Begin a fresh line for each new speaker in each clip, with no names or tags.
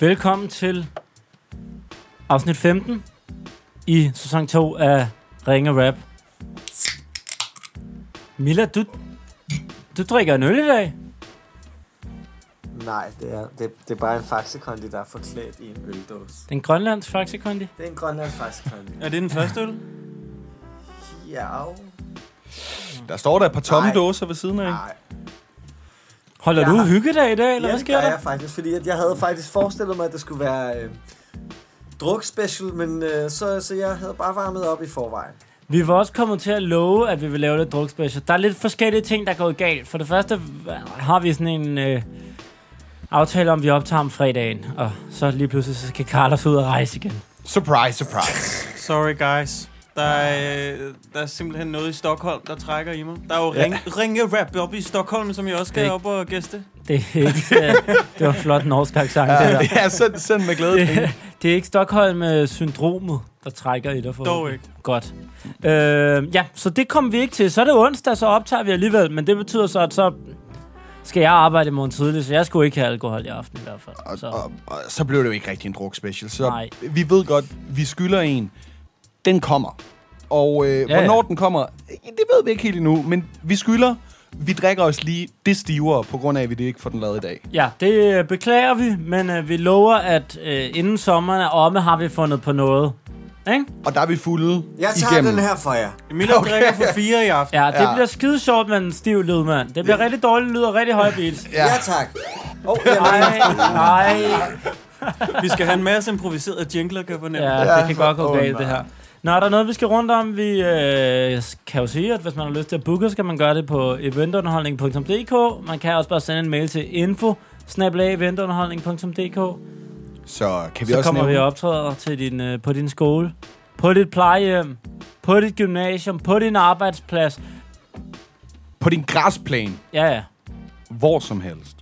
Velkommen til afsnit 15 i sæson 2 af Ringe Rap. Mila, du, du drikker en øl i dag.
Nej, det er, det, det er bare en faxekondi, der er forklædt i en øldåse.
Den grønlands faxekondi.
Det er en grønlandsk faxekondi.
Er det den første øl?
Ja,
Der står der et par tomme
Nej.
dåser ved siden af.
nej.
Holder
Jeg
du
har-
hyggedag i dag, eller hvad
Ja, det
sker
gør jeg
der?
faktisk, fordi at jeg havde faktisk forestillet mig, at det skulle være øh, drukspecial, men øh, så, så jeg havde bare varmet op i forvejen.
Vi var også kommet til at love, at vi vil lave lidt drukspecial. Der er lidt forskellige ting, der er gået galt. For det første har vi sådan en øh, aftale om, at vi optager om fredagen. Og så lige pludselig så skal Carlos ud og rejse igen.
Surprise, surprise.
Sorry guys. Der er, øh, der er simpelthen noget i Stockholm, der trækker i mig. Der er jo ring, ringe rap op i Stockholm, som jeg også skal
Det-
op og gæste.
Det er ikke... Øh, det var flot norsk accent, det der.
Ja, ja send, send med glæde.
Det, det er ikke Stockholm-syndromet, der trækker i dig for.
Dog ikke.
Godt. Øh, ja, så det kom vi ikke til. Så er det onsdag, så optager vi alligevel. Men det betyder så, at så skal jeg arbejde i morgen tidligt, så jeg skulle ikke have alkohol i aften i hvert fald. Så.
Og, og, og så blev det jo ikke rigtig en druk special. Så
Nej.
vi ved godt, vi skylder en. Den kommer. Og øh, ja,
ja.
hvornår den kommer, det ved vi ikke helt endnu. Men vi skylder, vi drikker os lige det stivere, på grund af, at vi det ikke får den lavet i dag.
Ja, det øh, beklager vi, men øh, vi lover, at øh, inden sommeren er omme, har vi fundet på noget. Ikke?
Og der er vi fulde
Jeg tager
igennem.
den her for jer.
Emilia okay. drikker for fire i aften.
Ja, det
Ja.
bliver skide sjovt med en stiv lyd, mand. Det bliver rigtig dårlig lyd og rigtig høj beats.
Ja,
Ja.
ja tak. Oh, jeg
Nej, nej.
Vi skal have en masse improviserede jingler, kan jeg fornemme.
Ja,
Ja.
ja, det
Ja,
kan godt gå
åh,
galt,
nej.
det her. Nå, er der noget, vi skal rundt om? Vi øh, kan jo sige, at hvis man har lyst til at booke, så skal man gøre det på eventunderholdning.dk. Man kan også bare sende en mail til info eventunderholdning.dk
Så kan vi
Så
også
kommer
nævne,
vi og optræder til din, øh, på din skole, på dit plejehjem, på dit gymnasium, på din arbejdsplads.
på din græsplæne,
Ja, ja.
hvor som helst.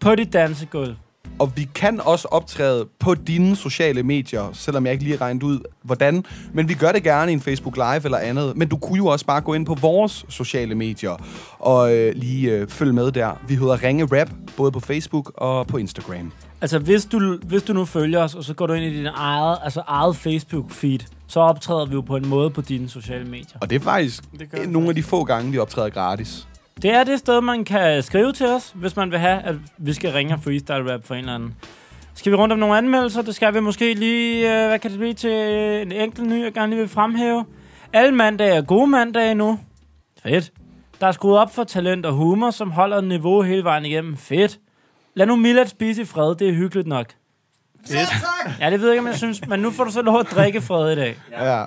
På dit dansegulv.
Og vi kan også optræde på dine sociale medier, selvom jeg ikke lige har regnet ud, hvordan. Men vi gør det gerne i en Facebook Live eller andet. Men du kunne jo også bare gå ind på vores sociale medier og øh, lige øh, følge med der. Vi hedder Ringe Rap, både på Facebook og på Instagram.
Altså, hvis du, hvis du nu følger os, og så går du ind i din eget, altså eget Facebook-feed, så optræder vi jo på en måde på dine sociale medier.
Og det er faktisk
Det gør
det
vi
nogle af de få gange, vi optræder gratis.
Det er det sted, man kan skrive til os, hvis man vil have, at vi skal ringe og freestyle rap for en eller anden. Skal vi rundt om nogle anmeldelser? Det skal vi måske lige, øh, hvad kan det blive til en enkelt ny, jeg gerne lige vil fremhæve. Alle mandage er gode mandage nu. Fedt. Der er skruet op for talent og humor, som holder niveau hele vejen igennem. Fedt. Lad nu Milad spise i fred, det er hyggeligt nok.
ja, tak.
Ja, det ved jeg ikke, om jeg synes, men nu får du så lov at drikke fred i dag.
Ja. ja.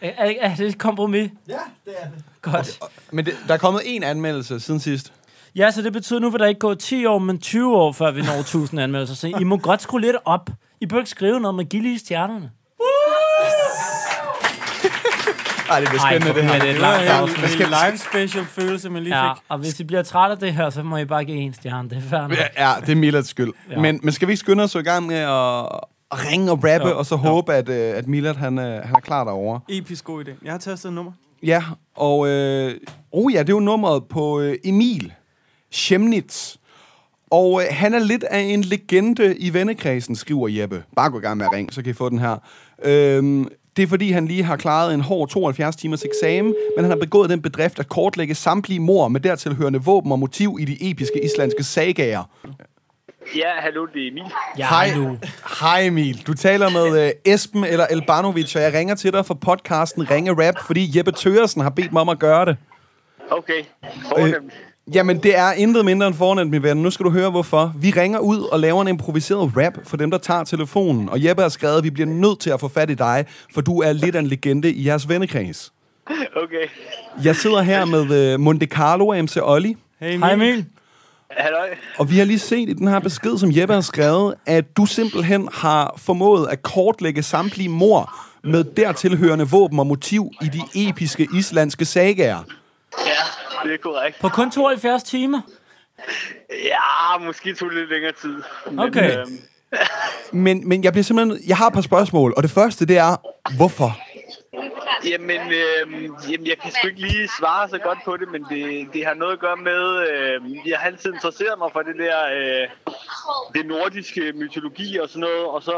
Er, er, er det et kompromis?
Ja, det er det.
Godt.
Men det, der er kommet en anmeldelse siden sidst.
Ja, så det betyder nu, at der ikke går 10 år, men 20 år, før vi når 1000 anmeldelser. Så I må godt skrue lidt op. I bør ikke skrive noget med gillige stjernerne.
Ej, det bliver
Ej,
spændende,
hvor
det her.
bliver det et
Det
langt
var en,
afsnit.
en live special følelse, man lige
Ja,
fik.
og hvis I bliver trætte af det her, så må I bare give en stjerne. Det er fair nok.
Ja, ja, det er Milads skyld.
Ja.
Ja. Men, men skal vi ikke skynde os i gang med at at ringe og rappe,
Jo,
jo. og så håbe, at, øh, at Milad han, øh, han er klar derovre?
Episk god idé. Jeg har tastet et nummer.
Ja, og øh, oh ja, det er jo nummeret på øh, Emil Schemnitz. Og øh, han er lidt af en legende i vennekredsen, skriver Jeppe. Bare gå i gang med at ringe, så kan I få den her. Øhm, det er fordi, han lige har klaret en hård 72 timers eksamen, men han har begået den bedrift at kortlægge samtlige mor med dertilhørende våben og motiv i de episke islandske sagager.
Ja, hallo, det er Emil.
Ja,
Hej,
nu.
hej Emil. Du taler med øh, Esben eller Elbanovic, og jeg ringer til dig fra podcasten Ringe Rap, fordi Jeppe Tøresen har bedt mig om at gøre det.
Okay, fornemt.
Øh, Jamen, det er intet mindre end fornemt, min ven. Nu skal du høre, hvorfor. Vi ringer ud og laver en improviseret rap for dem, der tager telefonen. Og Jeppe har skrevet, at vi bliver nødt til at få fat i dig, for du er lidt af en legende i jeres vennekreds.
Okay,
Jeg sidder her med øh, Monte Carlo MC Olli,
Hey Emil.
Hej Emil.
halløj.
og vi har lige set i den her besked, som Jeppe har skrevet, at du simpelthen har formået at kortlægge samtlige mor med dertilhørende våben og motiv i de episke islandske sagaer.
Ja, det er korrekt.
På kun 72 timer.
Ja, måske tog det lidt længere tid. Men,
Okay.
øhm,
Men, men jeg bliver simpelthen... Jeg har et par spørgsmål, og det første, det er, hvorfor?
jamen, øhm, jamen, jeg kan sgu ikke lige svare så godt på det, men det, det har noget at gøre med... Øhm, jeg har altid interesseret mig for det der... Øh, det nordiske mytologi og sådan noget, og så,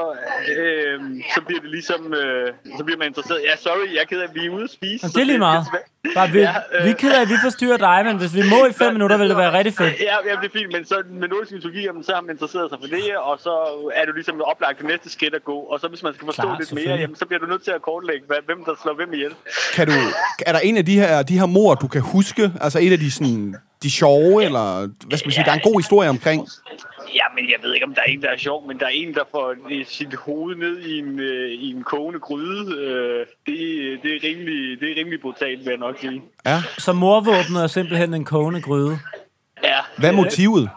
øh, så bliver det ligesom, øh, så bliver man interesseret. Ja, sorry, jeg er ked af, at vi er ude at spise.
Jamen,
så
det er lige meget.
svært.
Bare, vi,
Ja,
ja, øh. vi er ked af, at vi forstyrrer dig, men hvis vi må i fem minutter, ville det være rigtig fedt.
Ja, ja, det er fint, men så med nordisk mytologi, jamen, så har man interesseret sig for det, og så er du ligesom oplagt det næste skridt at gå. Og så hvis man skal forstå
Klart,
lidt mere,
selvfølgelig.
jamen, så bliver du nødt til at kortlægge, hvad, hvem der slår hvem ihjel.
Kan du, er der en af de her, de her mor, du kan huske? Altså et af de, sådan, de sjove, eller hvad skal man sige, der er en god historie omkring?
Ja, men jeg ved ikke, om der er en, der er sjov, men der er en, der får øh, sit hoved ned i en, øh, i en kogende gryde. Øh, det, det, er rimelig, det er rimelig brutalt, vil jeg nok sige.
Ja.
Så morvåbnet er simpelthen en kogende gryde.
Ja,
Hvad er motivet?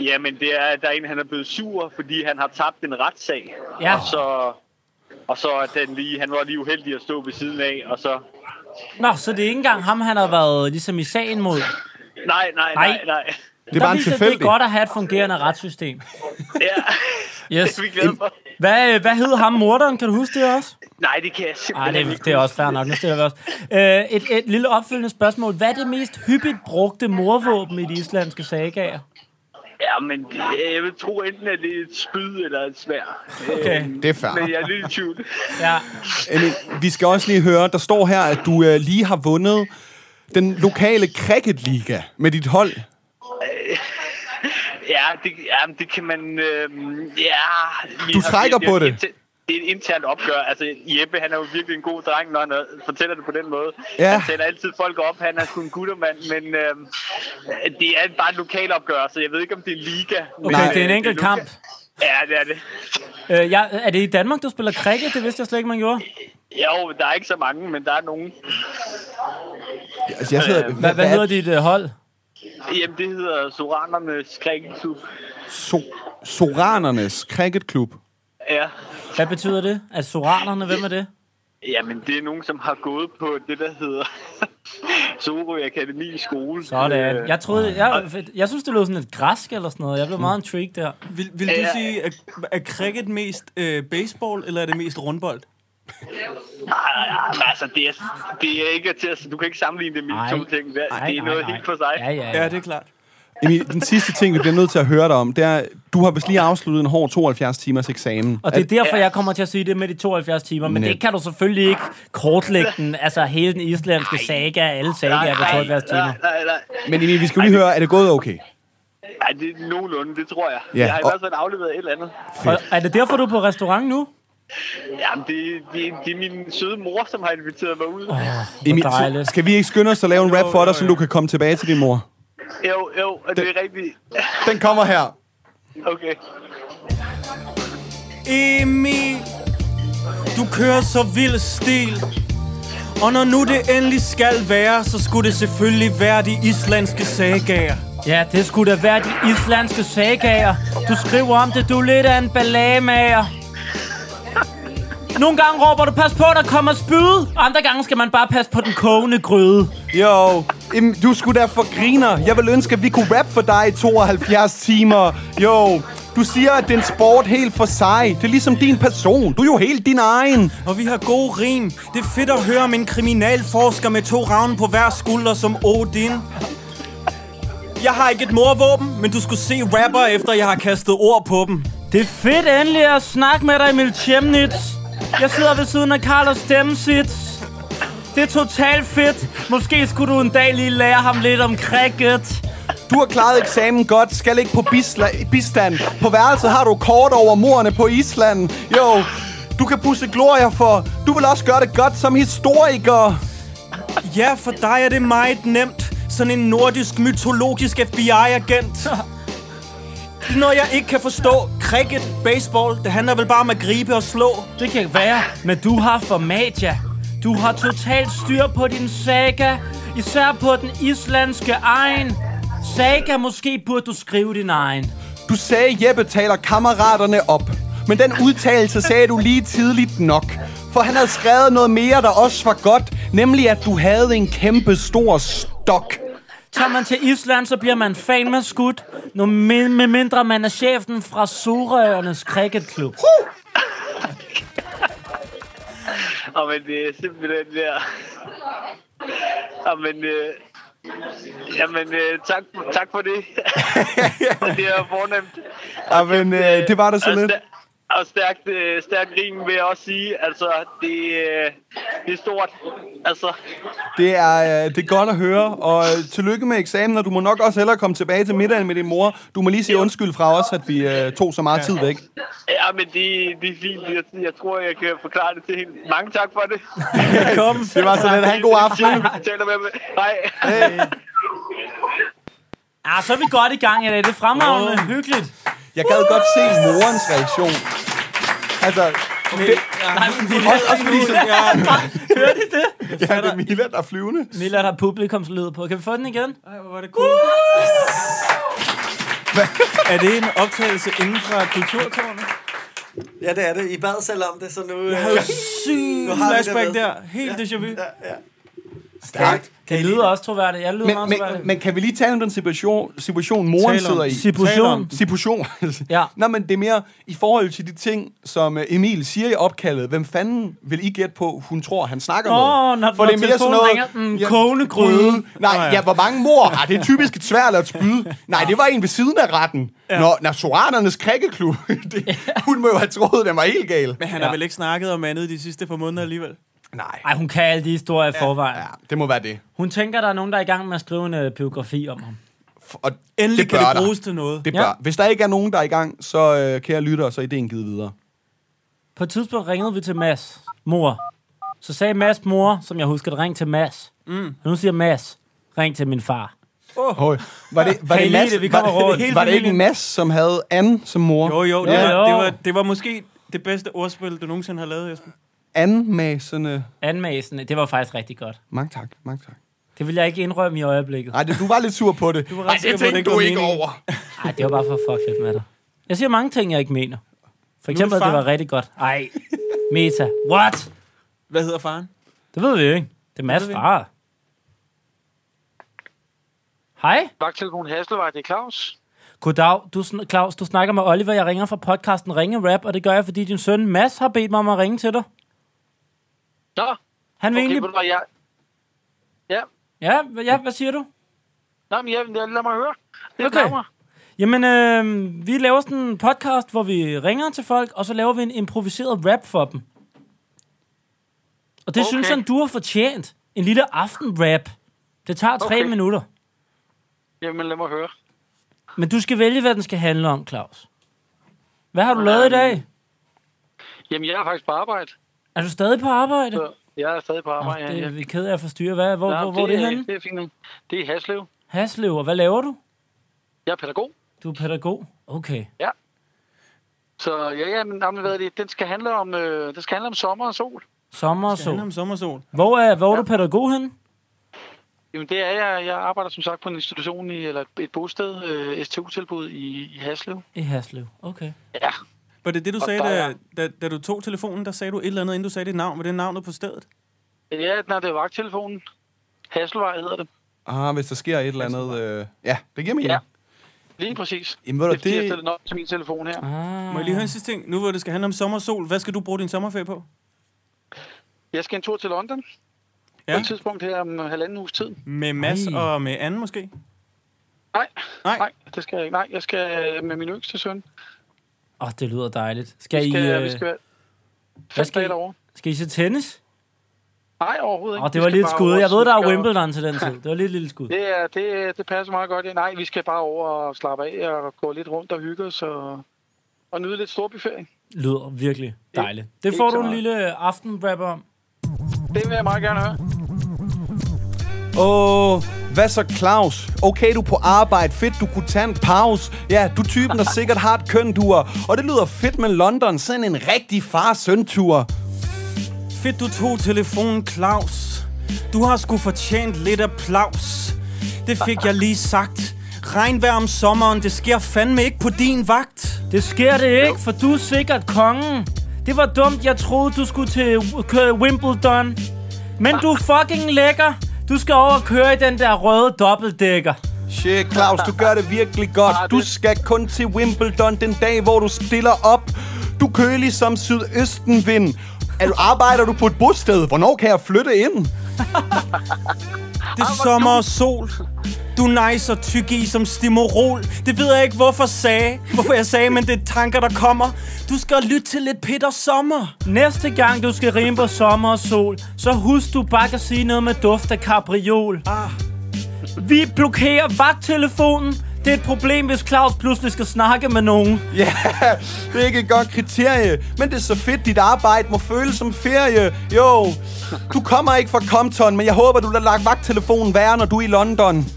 ja men det er, der er en, han er blevet sur, fordi han har tabt en retssag.
Ja.
Og så, og så er den lige, han var lige uheldig at stå ved siden af, og så...
Nå, så det er ikke engang ham, han har været ligesom i sagen mod.
Nej, nej,
Nej.
nej, nej.
Det er bare en
viser, det er
tilfældig.
godt at have et fungerende retssystem.
Ja,
Yes.
det er vi glade for.
Hvad, øh, hvad hed ham morderen? Kan du huske det også?
Nej, det kan jeg
Nej,
simpelthen
det, det er også fair nok. Nu stiller vi også. Øh, et, et lille opfølgende spørgsmål. Hvad er det mest hyppigt brugte morvåben i de islandske sagaer?
Ja, men det- jeg vil tro enten, at det er et spyd eller et svær.
Okay.
Det er fair.
Men jeg er lidt i tvivl.
Ja.
Emil, vi skal også lige høre, der står her, at du øh, lige har vundet den lokale cricketliga med dit hold.
Ja, det, ja, det kan man... Øh, ja, vi
Du
har-
trækker
det er-
på
det er
det.
et inter- Det er et internt opgør. Altså, Jeppe, han er jo virkelig en god dreng, når han øh, fortæller det på den måde.
Ja.
Han tæller altid folk op. Han er sgu en guttermand, men øh, det er bare et lokalopgør, så jeg ved ikke, om det er liga. men,
Okay,
øh,
det er en enkelt
loka-
kamp.
Ja, det er det.
Øh, ja, er det i Danmark, du spiller cricket? Det vidste jeg slet ikke, man gjorde.
Jo, der er ikke så mange, men der er nogen.
Altså, jeg sidder,
Hvad, hvad hedder dit øh, hold?
Jamen, det hedder Soranernes Krikkelklub.
So- Soranernes cricketklub.
Ja.
Hvad betyder det? Altså, soranerne, hvem er det?
Jamen, det er nogen, som har gået på det, der hedder Sorø Akademi Skole.
Sådan.
Øh,
Jeg troede, jeg, jeg synes, det lød sådan lidt græsk eller sådan noget. Jeg blev meget intrigued der.
Vil, vil du
Ja.
sige, at, er cricket mest øh, baseball, eller er det mest rundbold?
Nej, nej, nej, altså, det er, det er ikke til at, Du kan ikke sammenligne det med
Ej.
de to ting. Det, det er noget helt for sig.
Ja, ja,
Ja,
ja.
det er klart.
Emil, den sidste ting, vi bliver nødt til at høre dig om, det er, du har vist lige afsluttet en hård 72 timers eksamen.
Og det er derfor, jeg kommer til at sige det med de 72 timer. Men
Net.
det kan du selvfølgelig ikke kortlægge den. Altså hele den islandske saga, alle sagaer på 72 timer.
nej, nej, nej.
Men Emil, vi skal jo lige høre, er det gået okay?
Ej, det er nogenlunde, det tror jeg.
Ja,
Jeg har i
og-
hvert fald afleveret et eller andet.
Og er det derfor, du er på restaurant nu?
Jamen, det, det, det er min søde mor, som har inviteret mig ud.
Emil,
Hvor dejligt.
skal vi ikke skynde os at lave en rap for dig, så du kan komme tilbage til din mor?
Jo, jo, og det er rigtigt.
Den kommer her.
Okay.
Emil, du kører så vild stil. Og når nu det endelig skal være, så skulle det selvfølgelig være de islandske sagager.
Ja, det skulle da være de islandske sagaer. Du skriver om det, du er lidt af en ballagemager. Nogle gange råber du, pas på, der kommer spyd. Andre gange skal man bare passe på den kogende gryde.
Jo, Emil, du skulle da for griner. Jeg vil ønske, at vi kunne rap for dig i 72 timer. Jo, du siger, at det er en sport helt for sig. Det er ligesom din person. Du er jo helt din egen.
Og vi har gode rim. Det er fedt at høre om en kriminalforsker med to ravne på hver skulder som Odin. Jeg har ikke et morvåben, men du skulle se rapper, efter jeg har kastet ord på dem.
Det er fedt endelig at snakke med dig, Emil Chemnitz. Jeg sidder ved siden af Carlos Stemsitz. Det er totalt fedt. Måske skulle du en dag lige lære ham lidt om cricket.
Du har klaret eksamen godt, skal ikke på bisla- bistand. På værelset har du kort over morerne på Island. Jo, du kan pusse glorier for. Du vil også gøre det godt som historiker.
Ja, for dig er det meget nemt. Sådan en nordisk mytologisk FBI-agent. Når jeg ikke kan forstå cricket, baseball, det handler vel bare om at gribe og slå.
Det kan ikke være, men du har format, ja. Du har totalt styr på din saga, især på den islandske egen. Saga, måske burde du skrive din egen.
Du sagde, Jeppe taler kammeraterne op. Men den udtalelse sagde du lige tidligt nok. For han havde skrevet noget mere, der også var godt. Nemlig, at du havde en kæmpe stor stok.
Tager man til Island, så bliver man famous skud, når med, med mindre man er chefen fra Sorøernes cricketklub.
Og men det er simpelthen der... Og men, øh, Jamen, øh, tak, tak for det. det er fornemt.
Ja, men øh, det var da så
Og
lidt.
stær- Og stærkt, øh, stærkt rim vil jeg også sige. Altså, det, øh, det er stort. Altså,
Det er, øh, det er godt at høre, og øh, tillykke med eksamen, og du må nok også hellere komme tilbage til middagen med din mor. Du må lige sige undskyld fra os, at vi øh, tog så meget tid væk.
ja, men det, det er fint. Jeg, jeg tror, jeg kan forklare det til hende. Mange tak for det.
Kom.
Det var sådan, at han god aften.
Jeg taler med mig. Hej.
Ah, så er vi godt i gang i dag. Det er fremragende. Hyggeligt.
Jeg gad godt se morens reaktion. Altså, det,
Nej, men vi
også, også fordi, så, ja,
Hørte I det?
ja, det er Mila, der er flyvende.
Mila, der har publikumslyd på. Kan vi få den igen?
Ej, hvor var det cool. er det en optagelse inden fra Kulturtårnet?
Ja, det er det. I bad selv om det, så nu... øh, Jeg
Sygt
Nu har vi det
Mm. flashback
med.
der. Helt déjà vu.
Stærkt.
Det lyder også troværdigt. Jeg lyder
Men,
meget
men,
troværdigt.
men kan vi lige tale om den situation, situation moren
Tale om-
sidder i?
Situation.
Situation.
Ja.
Nå, men det er mere i forhold til de ting, som øh, Emil siger i opkaldet. Hvem fanden vil I gætte på, hun tror, han snakker
Åh,
med?
når, når
For det er mere sådan
telefonen
noget...
ringer, mm, kogende gryde.
Gryde. Nej, ja. hvor mange mor har det er typisk et svært at spyd. Nej, det var en ved siden af retten. Ja. Når, når Soranernes krikkeklub, det, hun må jo have troet, den var helt gal.
Men han
Ja.
har vel ikke snakket om andet de sidste par måneder alligevel?
Nej,
Ej, hun kan alle de historier i forvejen.
ja, det må være det.
Hun tænker, der er nogen, der er i gang med at skrive en øh, biografi om ham.
F- Og
Endelig
det
kan
bør
det
der.
bruges til noget.
Det
Ja.
bør. Ja. Hvis der ikke er nogen, der er i gang, så øh, kære lytter, så er ideen givet videre.
På et tidspunkt ringede vi til Mads mor. Så sagde Mads mor, som jeg husker, ring til Mads. Mm. Og nu siger Mads, ring til min far.
Hov. Var det, var
Kan I
det,
lide
Mads,
det? Vi
var,
kommer rundt.
var det ikke en Mads, som havde Anne som mor?
Jo, jo, det,
Ja,
var, det,
jo.
var, det var måske det bedste ordspil, du nogensinde har lavet, Jesper.
Anne med sådan... Øh,
Anmæsen, det var faktisk rigtig godt.
mange tak, mange tak.
Det vil jeg ikke indrømme i øjeblikket.
Nej, det, du var lidt sur på det.
var ret
Nej,
sikker
det
på, at det
tænkte
ikke
du
var
ikke
meningen.
over.
Nej, det var bare for fuck lidt med dig. Jeg siger mange ting, jeg ikke mener. For
Nu er det
eksempel, at det
far.
var rigtig godt. Ej, meta. What?
Hvad hedder faren?
Det ved vi jo ikke. Det er Mads
ved vi
far. Hej.
Vagttelefon Hasselvej, det er Claus.
Goddag, du, sn- Claus. Du snakker med Oliver. Jeg ringer fra podcasten Ringe Rap, og det gør jeg, fordi din søn Mads har bedt mig om at ringe til dig.
Nå,
Han vil
okay,
egentlig...
ved du hvad, jeg... Ja,
Ja, hva- ja, hvad siger du?
nej, men jeg, lad mig høre. Det
Okay.
okay. mig.
Jamen, øh, vi laver sådan en podcast, hvor vi ringer til folk, og så laver vi en improviseret rap for dem. Og det okay.
Okay.
synes han, du har fortjent. En lille aftenrap. Det tager tre
Okay.
minutter.
Jamen, lad mig høre.
Men du skal vælge, hvad den skal handle om, Claus. Hvad har du lavet i dag?
Jamen, jeg er faktisk på arbejde.
Er du stadig på arbejde?
Så jeg er stadig på
Nå,
arbejde.
det
ja,
er
ja.
vi ked af at forstyrre. Hvad, hvor,
Nå,
hvor, hvor er det henne?
Det er fint. nok. Det er i Haslev.
Haslev, og hvad laver du?
Jeg er pædagog.
Du er pædagog. Okay.
Så ja, ja, men jamen, hvad er det? Den skal handle om, øh, den skal handle om sommer og sol.
Sommer og
Det handler
sol.
om sommersol.
Hvor er, hvor er du pædagog henne?
Jamen det er jeg. Jeg arbejder som sagt på en institution i, eller et bosted, øh, STU-tilbud i, i Haslev.
I Haslev. Okay.
Ja.
Var det det, du
Og
sagde,
der
da,
er-
da, da du tog telefonen? Der sagde du et eller andet, inden du sagde dit navn. Var det navnet på stedet?
Ja, nej, det er vagttelefonen. Hasselvej hedder det.
Ah, hvis der sker et eller andet... Øh, ja, det giver mening.
Ja. Lige præcis.
Jamen, ved du,
det er fordi,
det-
jeg stiller den op til min telefon her.
Ah.
Må jeg lige høre en sidste ting? Nu hvor det skal handle om sommersol, hvad skal du bruge din sommerferie på?
Jeg skal en tur til London. Ja. På
Ja,
et tidspunkt her om halvanden uges tid.
med Mads
Ej.
og med Anne måske?
Nej,
Nej.
nej, det skal jeg ikke. Nej, jeg skal øh, med min yngste søn.
Åh, oh, det lyder dejligt. Skal,
Vi skal,
I,
vi
øh,
skal være
hvad
fem
skal I-
dage derovre.
skal I se tennis?
Nej, overhovedet ikke.
Åh, oh, det
Vi
var
skal
lige et
bare
skud.
over
Jeg ved, der
og-
er Wimbledon til den tid. Det var lige et lille skud.
Det, er, det, det passer meget godt. Ja. Nej, vi skal bare over og slappe af og gå lidt rundt og hygge os og, og nyde lidt storbyferie.
Lyder virkelig dejligt. Det
ikke
får
så
du en
meget.
lille aftenrap om.
Det vil jeg meget gerne høre.
Åh, oh, hvad så Claus? Okay, du er på arbejde. Fedt, du kunne tage en pause. Ja, du er typen, der sikkert har et køndur. Og det lyder fedt med London. Sådan en rigtig far-søn-tur.
Fedt, du tog telefonen, Claus. Du har sgu fortjent lidt applaus. Det fik jeg lige sagt. Regnvejr om sommeren, det sker fandme ikke på din vagt.
Det sker det ikke, for du er sikkert kongen. Det var dumt, jeg troede, du skulle til W- køre Wimbledon. Men du er
Ah.
fucking lækker. Du skal over og køre i den der røde dobbeltdækker.
Shit, Claus, du gør Ah, det virkelig godt. Du skal kun til Wimbledon den dag, hvor du stiller op. Du er kølig som sydøstenvind. Er du, arbejder du på et bosted? Hvornår kan jeg flytte ind?
Det er sommer og sol. Du nejser tyk i som stimorol. Det ved jeg ikke, hvorfor, sagde, hvorfor jeg sagde, men det er tanker, der kommer. Du skal lytte til lidt Peter Sommer.
Næste gang, du skal rime på sommer og sol, så husk, du bare kan sige noget med duft af cabriol. Ah. Vi blokerer vagttelefonen. Det er et problem, hvis Claus pludselig skal snakke med nogen.
Ja, det er ikke et godt kriterie, men det er så fedt, dit arbejde må føles som ferie. Jo, du kommer ikke fra Compton, men jeg håber, du har lagt vagttelefonen værre, når du er i London.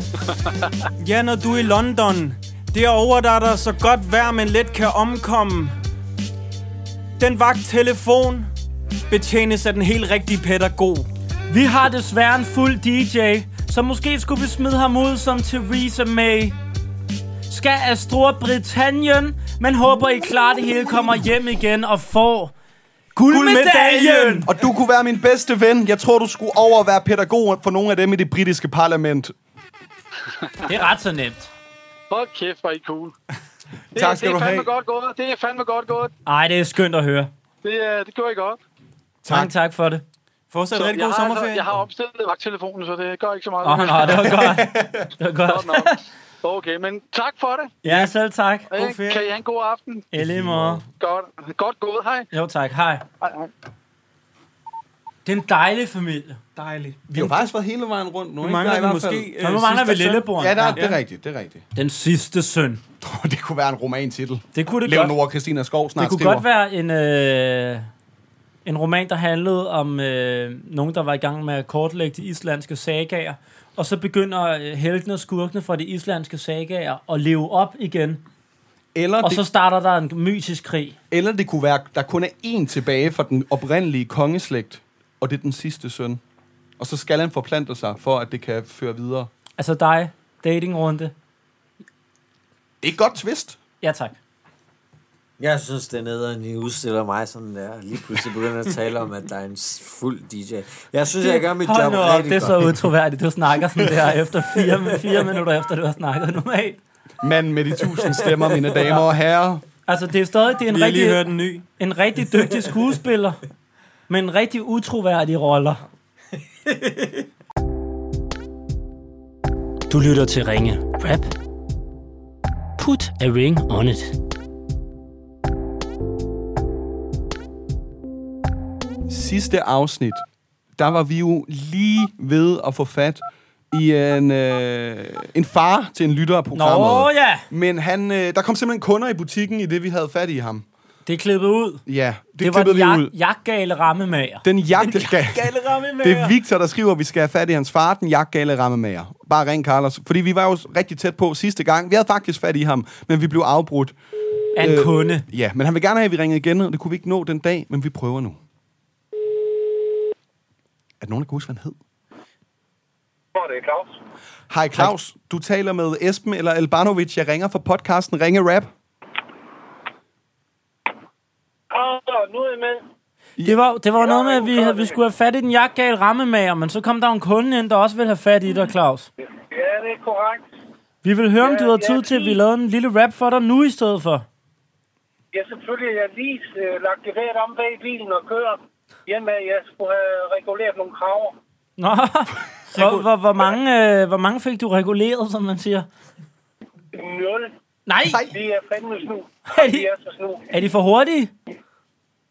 Ja, når du er i London. Derovre der er der så godt vejr, men let kan omkomme. Den vagttelefon betjenes af den helt rigtige pædagog.
Vi har desværre en fuld DJ, så måske skulle vi smide ham ud som Theresa May. Skal af Storbritannien, men håber I klarer det hele, kommer hjem igen og får guldmedaljen.
Og du kunne være min bedste ven. Jeg tror, du skulle over at være pædagog for nogle af dem i det britiske parlament.
Det er ret så nemt.
Hvor kæft, hvor er I cool. Det,
Tak skal
det
du
er fandme
have.
Godt gået. Det er fandme godt gået.
Ej, det er skønt at høre.
Det, er, det gjorde I godt.
Tak. Mange tak for det.
Fortsat rigtig
jeg,
god
har,
sommerferie.
altså- jeg har opstillet vagttelefonen, så det gør ikke så meget.
Åh, oh, nej, det var godt. Det var godt.
Godt nok. Okay, men tak for det.
Ja, selv tak.
Ikke?
ferie.
Kan I have en god aften?
Elimo.
Godt, godt gået, hej.
Jo, tak. Hej.
hej, hej.
Det er en dejlig familie.
Dejligt.
Vi har jo faktisk været hele vejen rundt nu,
Nu mangler vi måske...
Så nu
øh,
mangler vi
sidste søn.
lillebroren.
Ja, der, det er rigtigt, det er rigtigt.
Den sidste søn.
Det kunne være en romantitel.
Det kunne det godt.
Leonora Christina Skov snart
Det kunne
skriver.
godt være en, øh, en roman, der handlede om øh, nogen, der var i gang med at kortlægge de islandske sagager. Og så begynder øh, heltene og skurkene fra de islandske sagager at leve op igen.
Eller
Og
det,
så starter der en mytisk krig.
eller det kunne være, der kun er én tilbage fra den oprindelige kongeslægt, og det er den sidste søn. Og så skal han forplante sig, for at det kan føre videre.
Altså dig, datingrunde.
Det er et godt twist.
Ja tak.
Jeg synes, det er nederen, I udstiller mig sådan der. Lige pludselig begynder at tale om, at der er en s- fuld DJ. Jeg synes, jeg gør mit
Hold
job
nu op,
rigtig
det er
godt.
så utroværdigt. Du snakker sådan der efter fire, fire minutter efter, du har snakket normalt.
Manden med de tusind stemmer, mine damer og herrer.
Altså, det er stadig det er en,
Vi har lige
rigtig,
hørt en ny.
en rigtig dygtig skuespiller, men en rigtig utroværdig roller. du lytter til Ringe Rap. Put a ring on it.
Sidste afsnit, der var vi jo lige ved at få fat i en, øh, en far til en lytter af programmet.
Nå ja,
Men han, øh, der kom simpelthen kunder i butikken i det, vi havde fat i ham.
det er klippet ud.
Ja, det,
Det,
det
var
klippede
den
vi ud.
jag, jaggale rammemager.
Den jagt,
Jaggale rammemager.
Det er Victor, der skriver, at vi skal have fat i hans far, den jagtgale rammemager. Bare ring, Carlos. Fordi vi var jo rigtig tæt på sidste gang. Vi havde faktisk fat i ham, men vi blev afbrudt.
Af en
øh,
kunde.
Ja, men han vil gerne have, at vi ringede igen, og det kunne vi ikke nå den dag, men vi prøver nu. Er der nogen, der kan huske, hvad han hed?
Hvor er det, Claus?
Hej Claus, du taler med Esben eller Albanovic. Jeg ringer fra podcasten Ringe Rap.
Ah, nu er jeg med.
Det var, det var noget med, at vi, havde, vi skulle have fat i den jaggale rammemager, men så kom der jo en kunde ind, der også ville have fat i dig, Claus.
Ja, det er korrekt.
Vi vil høre, om du havde
ja,
tid til, at vi
fint.
lavede en lille rap for dig nu i stedet for.
Ja, selvfølgelig. Jeg har lige øh, lagt geværet om bag bilen og kører hjem med, at jeg skulle have reguleret nogle kraver.
Nå, hvor, hvor, hvor, mange, øh, hvor mange fik du reguleret, som man siger?
Nul.
Nej,
Nej.
Vi er fandme snu.
Er de-
Vi er så snu.
er de for hurtige?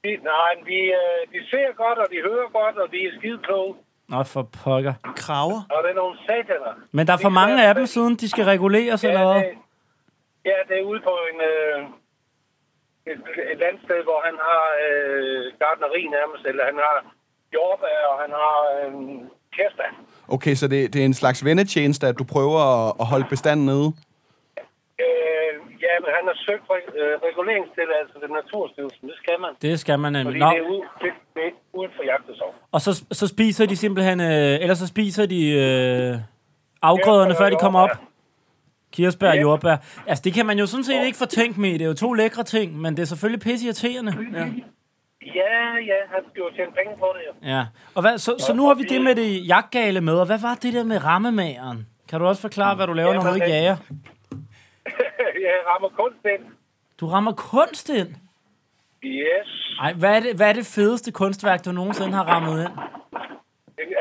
Vi, nej, men vi, øh, de ser godt, og de hører godt, og de er skide kloge.
Nå, for pokker.
Kraver.
Og det er nogle sataner.
Men der er for mange af dem, siden de skal reguleres, eller
Ja,
hvad?
det, ja, det er ude på en, øh, et, et landsted, hvor han har øh, gardneri nærmest, eller han har jordbær, og han har øh, kæster.
Okay, så det, det er en slags vennetjeneste, at du prøver at, at holde bestanden nede.
Øh, ja, men han har søgt reg- øh, reguleringstilladelse ved Naturstyrelsen. Det skal man,
Det skal man
fordi
nemlig.
Nå. det er
Nå,
ude, det, det er ude for jagtesov.
og så, så spiser de simpelthen... Øh, eller så spiser de øh, afgrøderne, før de kommer op. Kirsebær og jordbær. Altså, det kan man jo sådan set ikke fortænke med. Det er jo to lækre ting, men det er selvfølgelig pisse irriterende.
Ja, ja, han skal jo tjene penge på det. jo.
Ja. Og hvad, så, så nu har vi det med det jagtgale med, og hvad var det der med rammemageren? Kan du også forklare, hvad du laver, når du ikke jager?
jeg rammer kunst ind.
Du rammer kunst ind.
Yes.
Ej, hvad er, det, hvad er det fedeste kunstværk, du nogensinde har rammet ind?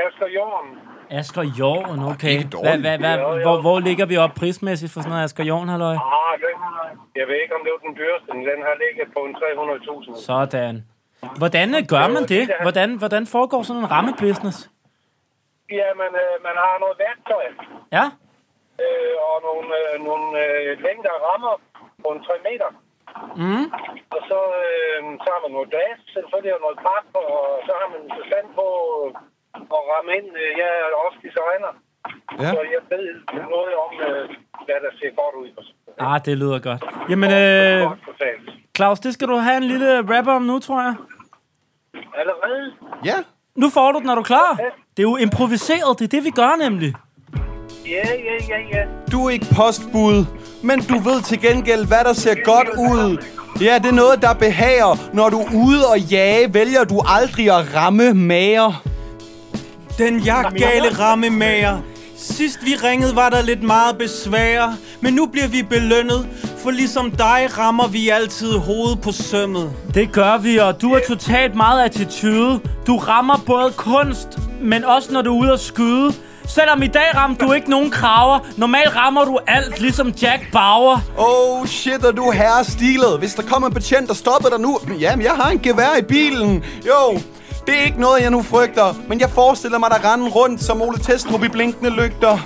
Asger Jorn.
Asger Jorn, okay.
ikke dårligt.
Hvad, hvad, hvad,
Jo, jo.
hvor, hvor ligger vi op prismæssigt for sådan noget Asger Jorn, halløj?
Ah, den har, jeg ved ikke, om det var den dyreste, men den har ligget på en 300.000.
Sådan. Hvordan øh, gør man det? Hvordan, hvordan foregår sådan en rammebusiness?
Jamen, øh, man har noget værktøj
Ja?
øh, og nogle, øh, nogle øh, længder rammer på en 3 meter.
Mm.
Og så, øh, så har man noget glas, selvfølgelig, og noget pap, og så har man forstand på at ramme ind. Øh, Jeg er også designer,
Ja.
så jeg ved noget om, øh, hvad der ser godt ud.
Ah, det lyder godt. Jamen, øh,
Godt fortalt.
Claus, det skal du have en lille rapper om nu, tror jeg.
Allerede?
Ja.
Nu får du den, er du klar? Det er jo improviseret, det er det, vi gør nemlig.
Ja, ja, ja, ja.
Du er ikke postbud, men du ved til gengæld, hvad der ser godt ud. Ja, det er noget, der behager. Når du er ude og jage, vælger du aldrig at ramme mager.
Den jagtgale rammemager. Sidst vi ringede, var der lidt meget besvær. Men nu bliver vi belønnet, for ligesom dig rammer vi altid hovedet på sømmet.
Det gør vi, og du har totalt meget attitude. Du rammer både kunst, men også når du er ude at skyde. Selvom i dag ramte du ikke nogen kraver, normalt rammer du alt, ligesom Jack Bauer.
Oh shit, og du er herrestilet. Hvis der kommer en betjent, der stopper dig nu... Jamen, jeg har en gevær i bilen. Jo, det er ikke noget, jeg nu frygter. Men jeg forestiller mig dig rende rundt som Ole Testrup i blinkende lygter.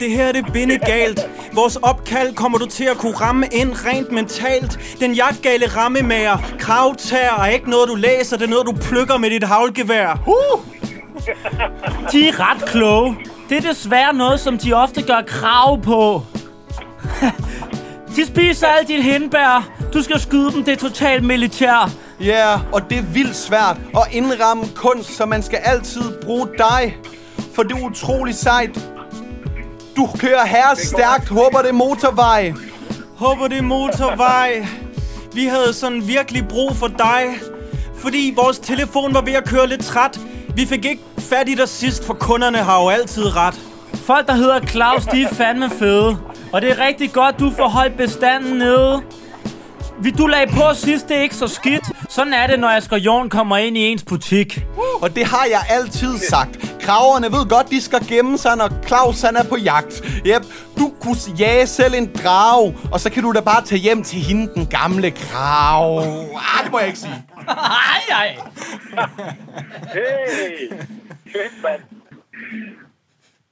Det her det er bindegalt. Vores opkald kommer du til at kunne ramme ind rent mentalt. Den jagtgale rammemager, kravtager er ikke noget, du læser. Det er noget, du plukker med dit havlgevær.
De er ret kloge. Det er desværre noget, som de ofte gør krav på. de spiser alle dine hindbær. Du skal skyde dem, det er totalt militær.
Ja, yeah, og det er vildt svært at indramme kunst, så man skal altid bruge dig. For det er utrolig sejt. Du kører her stærkt, håber det er motorvej.
Håber det er motorvej. Vi havde sådan virkelig brug for dig. Fordi vores telefon var ved at køre lidt træt. Vi fik ikke fat i dig sidst, for kunderne har jo altid ret.
Folk, der hedder Claus, de er fandme fede. Og det er rigtig godt, du får holdt bestanden nede. Vi, du lagde på sidst, det er ikke så skidt. Sådan er det, når Asger Jorn kommer ind i ens butik.
Og det har jeg altid sagt. Kraverne ved godt, de skal gemme sig, når Claus han er på jagt. Jep, du kunne s- jage selv en drage, og så kan du da bare tage hjem til hende, den gamle krav. Ah, det må jeg ikke sige.
Ej, ej.
Hey! Fedt, mand.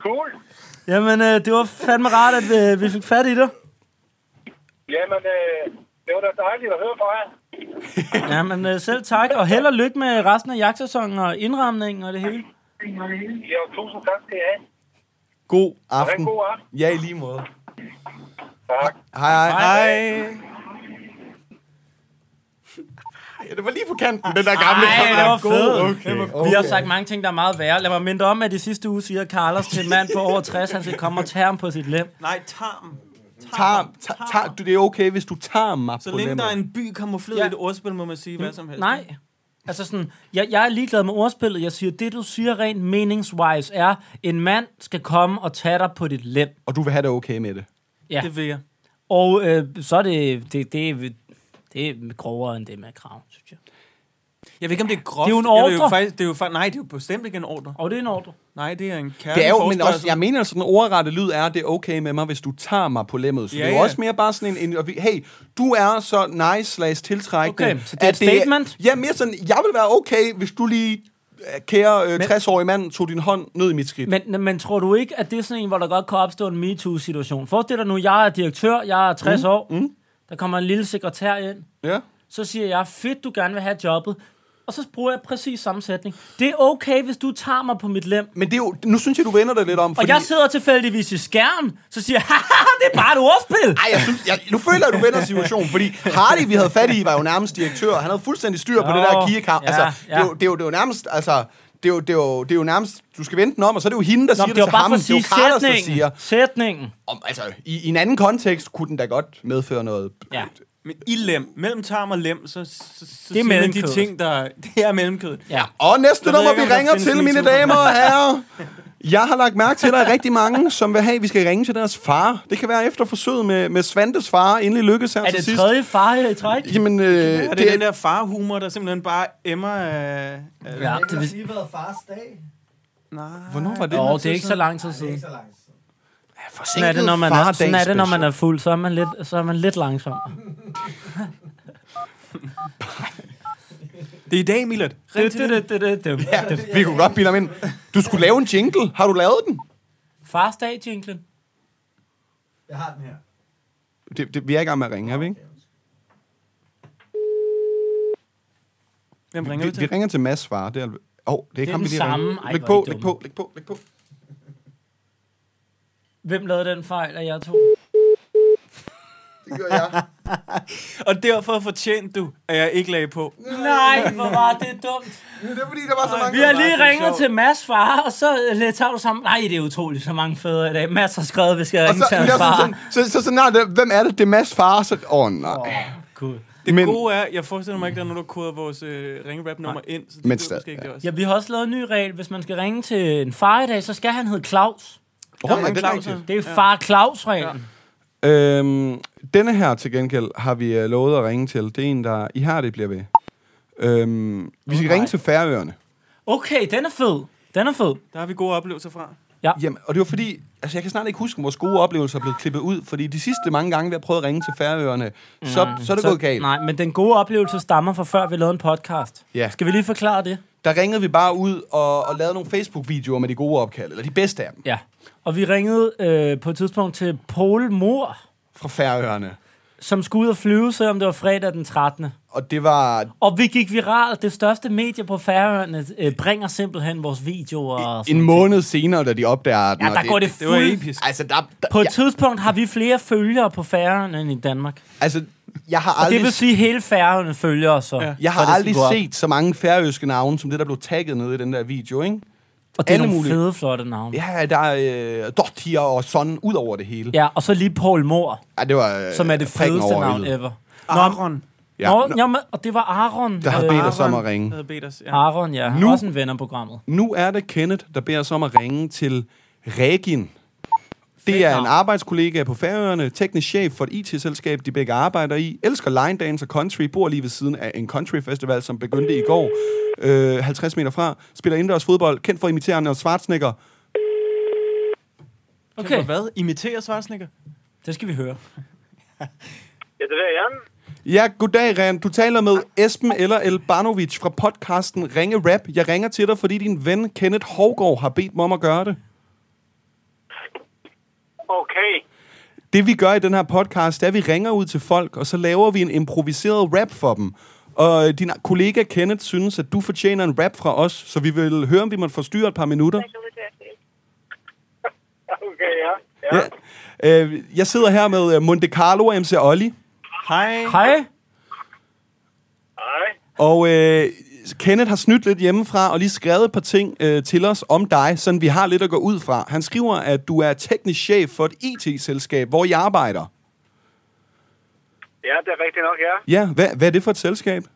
Cool.
Jamen, øh, det var fandme rart, at øh, vi fik fat i dig.
Jamen, øh, det var da dejligt at høre fra jer.
Jamen, øh, selv tak. Og held og lykke med resten af jagtsæsonen og indramningen og det hele.
Ja, tusind tak til jer.
God
Ha' en
aften.
god aften.
Ja, i lige måde.
Tak.
Hej, hej.
Ej.
Ja, det var lige på kanten, den der gamle
Ej,
krav.
det var fedt.
Okay, okay.
Vi har sagt mange ting, der er meget værre. Lad mig minde om, at i sidste uge siger Carlos til en mand på over 60, han skal komme og tage ham på sit lem.
Nej, tarm.
Tarm, ta, ta, du, det er okay, hvis du tager mig
Så
på
længe der er
lemmer.
en by kamufleret
Ja.
ja. i et ordspil, må man sige hvad som helst.
Nej. Altså sådan, jeg, jeg er ligeglad med ordspillet. Jeg siger, det du siger rent meningswise er, en mand skal komme og tage dig på dit lem.
Og du vil have det okay med det.
Ja.
Det vil jeg.
Og øh, så er det, det, det, det er grovere end det med krav, synes jeg.
Jeg ved ikke, om det er groft.
Det er jo en
Jeg ved
ordre.
faktisk, det er jo, fa- nej, det er jo bestemt ikke en ordre.
Og det er en ordre.
Nej, det er en kærlig
Det er jo, men også,
forespørgsel.
jeg mener, sådan en ordrette lyd er, det er okay med mig, hvis du tager mig på lemmet. Så ja,
Ja,
det er jo
ja.
også mere bare sådan en, en og vi- hey, du er så nice slash tiltrækkende.
Okay, så det er
at
et statement?
ja, mere sådan, jeg vil være okay, hvis du lige, øh, kære øh, 60-årige mand, tog din hånd ned i mit skridt.
Men, men tror du ikke, at det er sådan en, hvor der godt kan opstå en MeToo-situation? Forestil dig nu, jeg er direktør, jeg er 60 mm, år. Mm. Der kommer en lille sekretær ind.
ja.
Så siger jeg, fedt, du gerne vil have jobbet. Og så bruger jeg præcis samme sætning. Det er okay, hvis du tager mig på mit lem.
Men det er jo, nu synes jeg, du vender det lidt om,
Og
fordi...
jeg sidder tilfældigvis i skærm, så siger jeg, haha, det er bare et ordspil.
Ej, jeg synes, jeg, nu føler jeg, du vender situationen, fordi Hardy, vi havde fat i, var jo nærmest direktør. Han havde fuldstændig styr på
Nå,
det der kiekamp.
ja,
altså, det, er
ja.
jo, det, er jo, det er jo nærmest, altså, det er, jo, det, er jo, det er jo nærmest, du skal vente den om, og så er det jo hende, der
Nå,
siger det,
men det var
til
bare
ham.
for at sige
det er jo Carlos, der
sætningen.
siger.
Sætningen.
Om, altså, i, i en anden kontekst kunne den da godt medføre noget.
Ja.
Men i lem, mellem tarm og lem, så, så, så
Det er
siger man de
mellemkødet.
ting, der... Det er mellemkødet.
Ja.
Og næste
Jeg ved
nummer,
ikke, om
vi
der
ringer
findes
til, mine
MeToo.
damer og herrer. Jeg har lagt mærke til, at der er rigtig mange, som vil have, at vi skal ringe til deres far. Det kan være efter forsøget med, med Svantes far. Endelig lykkes her
Er
til
det
sidst.
tredje far i træk?
Jamen, øh, det,
Er det,
det,
den der farhumor, der simpelthen bare emmer af... af
Ja,
Det
det,
har
vil-
lige været fars dag.
nej.
Hvornår var det?
Åh, det er ikke så lang tid siden.
så lang tid.
Sådan er det, når man er, sådan er, det, når man er fuld. Så er man lidt, så er man lidt langsom.
Det er i dag, Milad.
Det, det, det, det, det, det. Ja.
Ja, vi kunne godt bilde ham ind. Du skulle lave en jingle. Har du lavet den?
Fars dag, jinglen.
Jeg har den her.
Det, det, vi er i gang med at ringe, er vi ikke?
Hvem ringer
Vi,
vi
vi
til?
ringer til Mads far. Det er, alv- Åh, oh, det er ikke
er
ham, vi
den
lige
samme.
ringer.
Ej,
Læg
hvor er
på,
I
læg
dumme.
på, læg på, læg på.
Hvem lavede den fejl af jer to?
Det gør jeg.
Og derfor fortjente du, at jeg ikke lagde på.
Nej, hvor var det dumt.
Det er fordi, der var så mange...
Vi har lige
det er
ringet
sjovt.
til Mads far, og så øh, tager du sammen. Nej, det er utroligt, så mange fædre i dag. Mads har skrevet, at vi skal
Og
ringe
så,
til hans
så,
far.
sådan, så, så, så, nej, det, hvem er det? Det er Mads far. Så, åh, oh, nej.
Gud.
Men-
Det men, gode er, jeg forestiller mig ikke, der er nogen, der koder vores øh, ringerap-nummer ind. Så det
Men
men
stadig,
måske ikke, det også.
Ja, vi har også lavet en ny regel. Hvis man skal ringe til en far i dag, så skal han hedde Claus.
Åh, oh,
men
det er
Claus er-
rigtigt.
Det er far Claus-reglen.
Øhm, denne her til gengæld har vi øh, lovet at ringe til. Det er en, der... I har det, bliver ved. Øhm, vi skal
nej.
ringe til Færøerne.
Okay, den er fed. Den er fed.
Der har vi gode oplevelser fra.
Jamen, og det var fordi, altså jeg kan snart ikke huske, om vores gode oplevelser er blevet klippet ud, fordi de sidste mange gange, vi har prøvet at ringe til Færøerne, så, så er det gået galt.
Mm. Nej, men den gode oplevelse stammer fra før, vi lavede en podcast.
Ja.
Skal vi lige forklare det?
Der ringede vi bare ud og, og lavede nogle Facebook-videoer med de gode opkald, eller de bedste af dem,
Ja. Og vi ringede øh, på et tidspunkt til Paul Mor,
fra Færøerne.
som skulle ud og flyve, selvom det var fredag den 13.
Og det var...
Og vi gik viralt. Det største medie på Færøerne øh, bringer simpelthen vores videoer. Og sådan.
En måned senere, da de opdager den.
Ja,
og
der går det
Det var
fuldt.
episk.
Altså, der, der,
På et
ja,
tidspunkt har vi flere følgere på Færøerne end i Danmark.
altså, jeg har
Det
aldrig,
vil sige, at hele Færøerne følger os. så.
Ja.
jeg har
For det skal
aldrig
gå op.
set så mange færøske navne, som det, der blev tagget nede i den der video, ikke?
Og det er
alle
nogle
mulige-
fede, flotte navne. Ja.
Ja, der er øh, Dottir og sådan ud over det hele.
ja, og så lige Paul Mor,
Ja, det var, øh,
som er det
prikken
fedeste
over
navn
i'et.
ever.
Aron
Ja.
Ja.
Nå, jamen, og det var Aron.
Der har
Øh,
bedt os om at
Aron
ringe.
havde bedt os. Ja.
Aron, ja. Han nu.
Nu-
er også en ven af programmet.
Nu er det Kenneth, der beder os om at ringe til Regin. Det er en arbejdskollega på Færøerne, teknisk chef for et IT-selskab, de begge arbejder i. Elsker line dance og country, bor lige ved siden af en country festival, som begyndte i går, øh, 50 meter fra. Spiller indendørs fodbold, kendt for at imitere Arnold Schwarzenegger.
Okay,
Hvad? Imiterer Svarsnikker?
det skal vi høre.
Ja, det er Jan.
Ja, goddag, Ren. Du taler med Esben eller Elbanovic fra podcasten Ringe Rap. Jeg ringer til dig, fordi din ven Kenneth Hovgaard har bedt mig om at gøre det.
Okay.
det vi gør i den her podcast, det er, at vi ringer ud til folk, og så laver vi en improviseret rap for dem. Og øh, din kollega Kenneth synes, at du fortjener en rap fra os, så vi vil høre, om vi måtte forstyrre et par minutter.
Okay, ja. ja.
Ja. Øh, jeg sidder her med øh, Monte Carlo og MC Olli,
Hej.
Hej.
Hej.
og øh, Kenneth har snydt lidt hjemmefra og lige skrevet et par ting øh, til os om dig, sådan vi har lidt at gå ud fra. Han skriver, at du er teknisk chef for et IT-selskab, hvor I arbejder.
Ja, det er rigtigt nok, ja.
Ja, hvad, hvad er det for et selskab?
Det,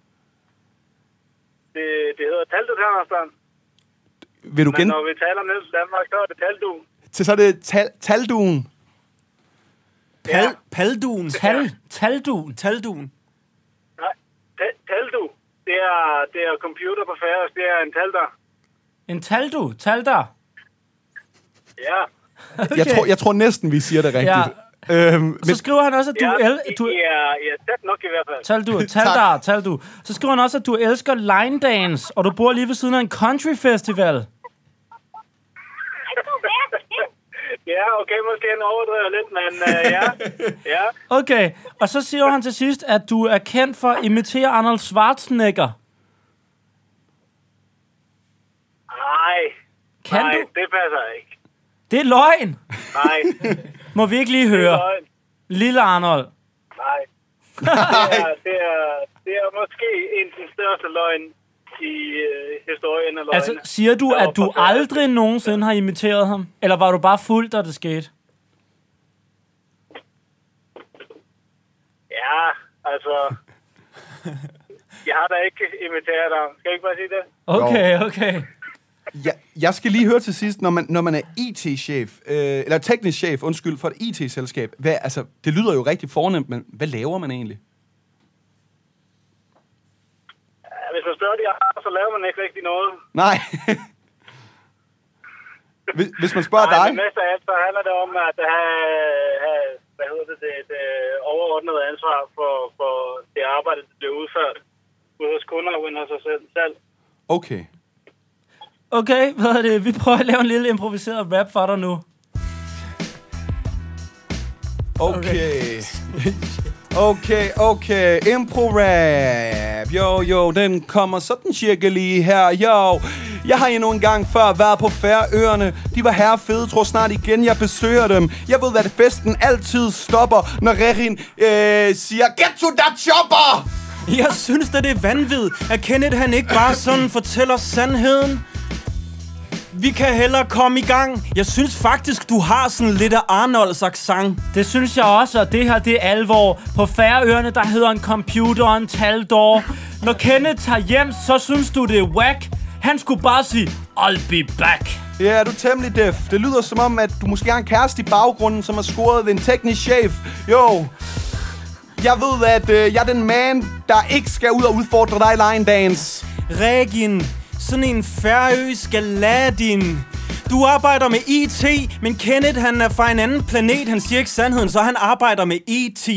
det hedder Taldu Tannerstrand.
Vil du
Men
gen...
når vi taler om Nielsen Danmark, så er det Taldu.
Så så er det tal- talduen.
Pal, palduen.
Tal, taldun.
Talduen.
Nej, Ta- Taldu. Det er, det er computer på færdes. Det er en talder.
En taldu. Talder.
Ja.
Okay. Jeg, tror, jeg tror næsten, vi siger det rigtigt. Ja. Øhm, men,
Så skriver han også, at du,
ja,
el,
I-
du
I er, I er tæt nok i hvert fald.
Taldu, taldar, taldu. Så skriver han også, at du elsker line dance, og du bor lige ved siden af en country festival.
Ja, okay, måske han overdriver lidt, men uh, ja. ja.
Okay, og så siger han til sidst, at du er kendt for at imitere Arnold Schwarzenegger.
Nej,
Kan
nej,
du?
det passer ikke.
Det er løgn.
Nej,
Må vi ikke lige høre?
nej,
Lille Arnold.
nej. Det er, det, er, det er måske en af den største løgn i øh, historien af løgne.
Altså, siger du,
Jeg var
at du
forkert.
aldrig nogensinde har imiteret ham? Eller var du bare fuld, da det skete?
Ja, Altså, jeg har da ikke imiteret dig. Skal jeg ikke bare sige det?
Okay, okay.
Ja, jeg skal lige høre til sidst, når man, når man er IT-chef, øh, eller teknisk chef, undskyld, for et IT-selskab, hvad, altså, det lyder jo rigtig fornemt, men hvad laver man egentlig?
Ja, Hvis man spørger de andre, så laver man ikke rigtig noget.
Nej. Hvis- Hvis man spørger
Nej, men
dig...
mest af alt, så handler det om at have, have hvad hedder det, det, det overordnede ansvar for, for det arbejde, der bliver udført ude hos kunder og ude hos sig selv. selv.
Okay.
Okay, hvad er det? Vi prøver at lave en lille improviseret rap for dig nu.
Okay. Okay, okay. Impro-rap. Jo, jo, den kommer sådan cirka lige her. Jo. Jeg har endnu en gang før været på Færøerne. De var herre fede, tror snart igen jeg besøger dem. Jeg ved, hvad det festen altid stopper, når Rerin øh, siger, Get to that chopper!
Jeg synes da, det er vanvittigt, at Kenneth han ikke bare sådan fortæller sandheden. Vi kan hellere komme i gang. Jeg synes faktisk, du har sådan lidt af Arnolds accent.
Det synes jeg også, og det her, det er alvor. På færøerne, der hedder en computer en taldor. Når Kenneth tager hjem, så synes du, det er whack. Han skulle bare sige, I'll be back.
Ja, du er temmelig def. Det lyder som om, at du måske har en kæreste i baggrunden, som har scoret ved en teknisk chef. Jo. Jeg ved, at øh, jeg er den man, der ikke skal ud og udfordre dig i line dance.
Regin, sådan en færøsk Aladdin. Du arbejder med IT, men Kenneth han er fra en anden planet. Han siger ikke sandheden, så han arbejder med E IT.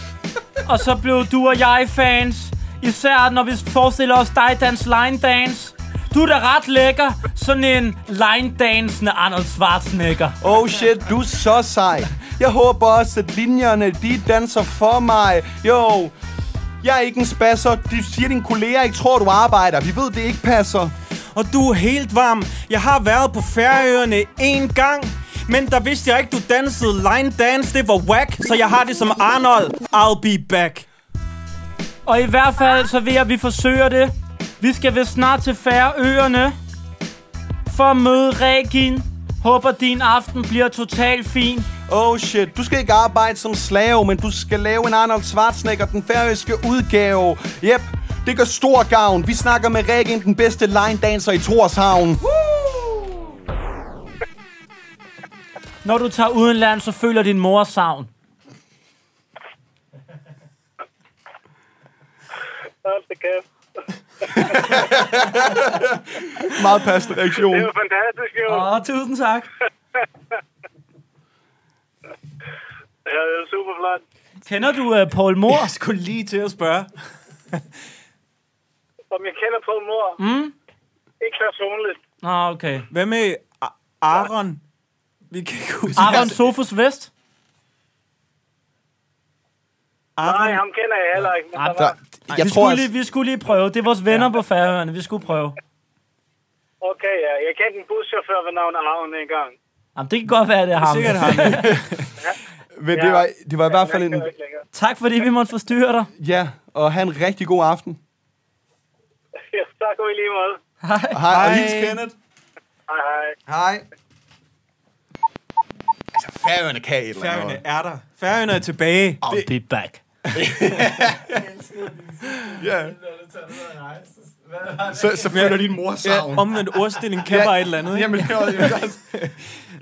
Og så blev du og jeg fans. Især når vi forestiller os dig dans line dance. Du er da ret lækker. Sådan en line dansende Arnold Schwarzenegger.
Oh shit, du er så sej. Jeg håber også, at linjerne, de danser for mig. Jo, jeg er ikke en spasser. De siger, dine kolleger ikke tror, du arbejder. Vi ved, det ikke passer.
og du er helt varm. Jeg har været på Færøerne en gang, men der vidste jeg ikke, du dansede line dance. Det var whack, så jeg har det som Arnold. I'll be back.
Og i hvert fald, så vil jeg, at vi forsøger det. Vi skal vist snart til Færøerne for at møde Regin. Håber, din aften bliver totalt fin.
Oh shit, du skal ikke arbejde som slave, men du skal lave en Arnold Schwarzenegger, den færøske udgave. Yep, det gør stor gavn. Vi snakker med Regen, den bedste line dancer i Torshavn.
Når du tager udenland, så føler din mor savn.
Hold da kæft.
Meget passende reaktion.
Det er jo fantastisk, jo.
Åh, oh, tusind tak.
Ja, det er super flot.
Kender du uh, Paul Mor?
Jeg skulle lige til at spørge.
Som jeg kender på mor. Mm. Ikke personligt.
Nå, ah, okay.
Hvad med A- Aaron? Vi kan ikke huske.
Aron Sofus Vest?
Nej,
Aaron.
ham kender jeg heller ikke. Men
Nej,
der
Ah, Så,
var...
vi,
jeg tror, altså-
skulle
at...
lige, vi skulle lige prøve. Det er vores venner på Færøerne. Vi skulle prøve.
Okay, ja. Jeg kendte en buschauffør ved navn Arven engang.
Jamen, det kan godt være, det er ham.
Sikkert ham.
Men det var, det var i hvert fald
Jeg
en...
kører ikke længere.
Tak, fordi vi måtte forstyrre dig.
Ja, og have en rigtig god aften.
Ja, tak og i lige måde.
Og hej, hej. og
Hej.
hils Kenneth.
Hej, hej.
Hej. Altså, færøerne kan et eller andet.
Færøerne er der. Færøerne er tilbage.
I'll be back.
Ja. Så, så føler din mor savn.
Ja, omvendt ordstilling kan bare et eller andet. Ikke?
Jamen, det var, jeg,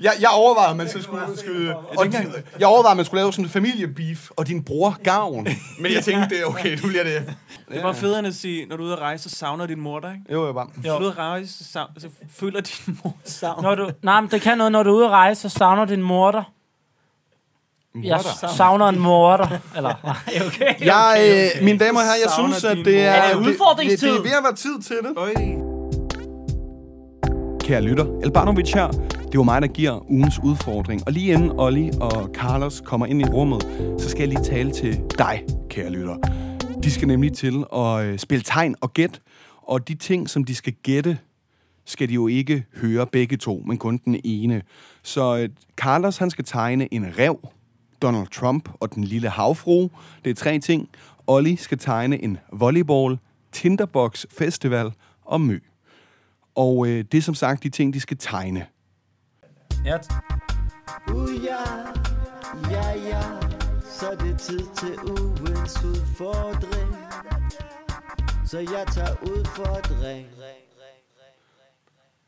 jeg, jeg overvejede, at man så skulle skyde... Og din, jeg overvejede, at man skulle lave sådan en familiebeef, og din bror gavn. Men jeg tænkte, det er okay, nu bliver det...
Det var federe end at sige, når du er ude at rejse, så savner din mor dig. Ikke?
Jo, jo, bare.
Når du er ude at rejse, så, savner, så føler din mor savn.
Når du, nej, men det kan noget, når du er ude at rejse, så savner din morter. Jeg savner en morter. Eller, nej, okay.
Jeg, øh, mine damer og herrer, jeg
Savner
synes, at
din
det
mor.
er...
Er det
Det,
udfordringstid?
det, det er ved at være tid til det.
Øj.
Kære lytter, Albanovic her. Det var mig, der giver ugens udfordring. Og lige inden Olli og Carlos kommer ind i rummet, så skal jeg lige tale til dig, kære lytter. De skal nemlig til at øh, spille tegn og gæt. Og de ting, som de skal gætte, skal de jo ikke høre begge to, men kun den ene. Så øh, Carlos, han skal tegne en rev, Donald Trump og den lille havfru. Det er tre ting. Olli skal tegne en volleyball, Tinderbox Festival og mø. Og øh, det er som sagt de ting, de skal tegne.
Ja,
Uh, ja, ja, ja. Så
så er det tid til ugens udfordring. Så jeg tager udfordring.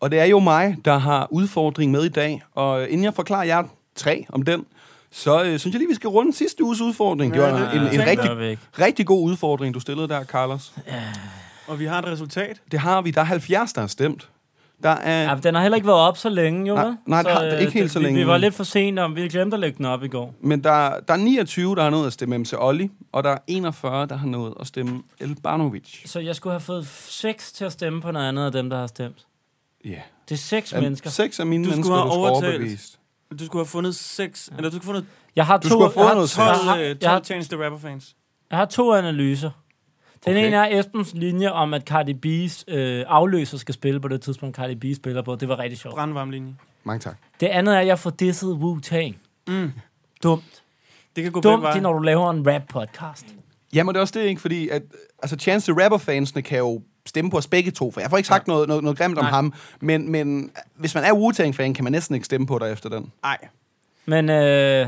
Og det er jo mig, der har udfordring med i dag. Og øh, inden jeg forklarer jer tre om den, så øh, synes jeg lige, vi skal runde sidste uges udfordring. Det var
det-
en, en,
tænker
en
jeg
rigtig,
væk.
rigtig god udfordring, du stillede der, Carlos.
Og vi har et resultat.
Det har vi. Der er 70, der har stemt. Der
Ja,
er,
men den har heller ikke været op så længe, jo.
Nej,
vel?
nej,
så,
den har- ikke helt
det-
så
vi-
længe.
Vi var lidt for sent om, vi glemte at lægge den op i går.
men der, der er 29, der har nået at stemme MC Olli, og der er 41, der har nået at stemme Elbanovic.
Så jeg skulle have fået seks til at stemme på noget andet af dem, der har stemt.
Ja.
Det er seks
Øhm,
mennesker.
Seks af mine
Du skulle
mennesker,
have
du skulle
overtalt.
overbevist.
Du skulle have fundet seks, eller du skulle have fundet
Jeg har
Du
to,
skulle have fået
jeg har
noget
jeg har-
12, øh,
jeg
12
har,
Change the Rapper fans.
jeg har to analyser. Den
Okay.
okay. ene er Esbens linje om, at Cardi B's øh, afløser skal spille på det tidspunkt, Cardi B spiller på. Det var rigtig sjovt.
Brandvarm linje.
Mange tak.
Det andet er, at jeg får disset Wu-Tang. Mm. Dumt.
Det kan gå begge
Dumt, det er,
veje.
når du laver en rap-podcast.
Jamen, det er også det, ikke? Fordi at, altså, Chance the Rapper-fansene kan jo stemme på os begge to, for jeg får ikke sagt noget, noget, noget grimt om ham, men, men hvis man er Wu-Tang-fan, kan man næsten ikke stemme på dig efter den.
Nej.
Men øh,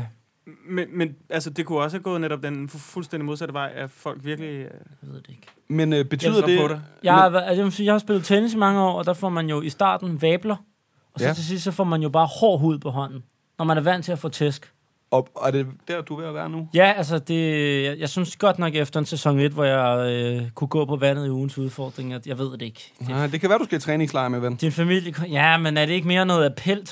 Men, men altså, det kunne også have gået netop den fu- fuldstændig modsatte vej, at folk virkelig... Øh,
jeg ved det ikke.
Men øh, betyder
Ældre på
det...
dig.
Jeg, har, været- altså, jeg, vil sige, jeg har spillet tennis i mange år, og der får man jo i starten vabler, og så
Ja.
ja. til sidst så får man jo bare hård hud på hånden, når man er vant til at få tæsk.
Og, og er det der, du er ved at være nu?
Ja, altså, det, jeg, jeg synes godt nok efter en sæson 1, hvor jeg øh, kunne gå på vandet i ugens udfordring, at jeg ved det ikke. Det,
Nej, det kan være, du skal i træningslejr med, ven.
Din familie... Ja, men er det ikke mere noget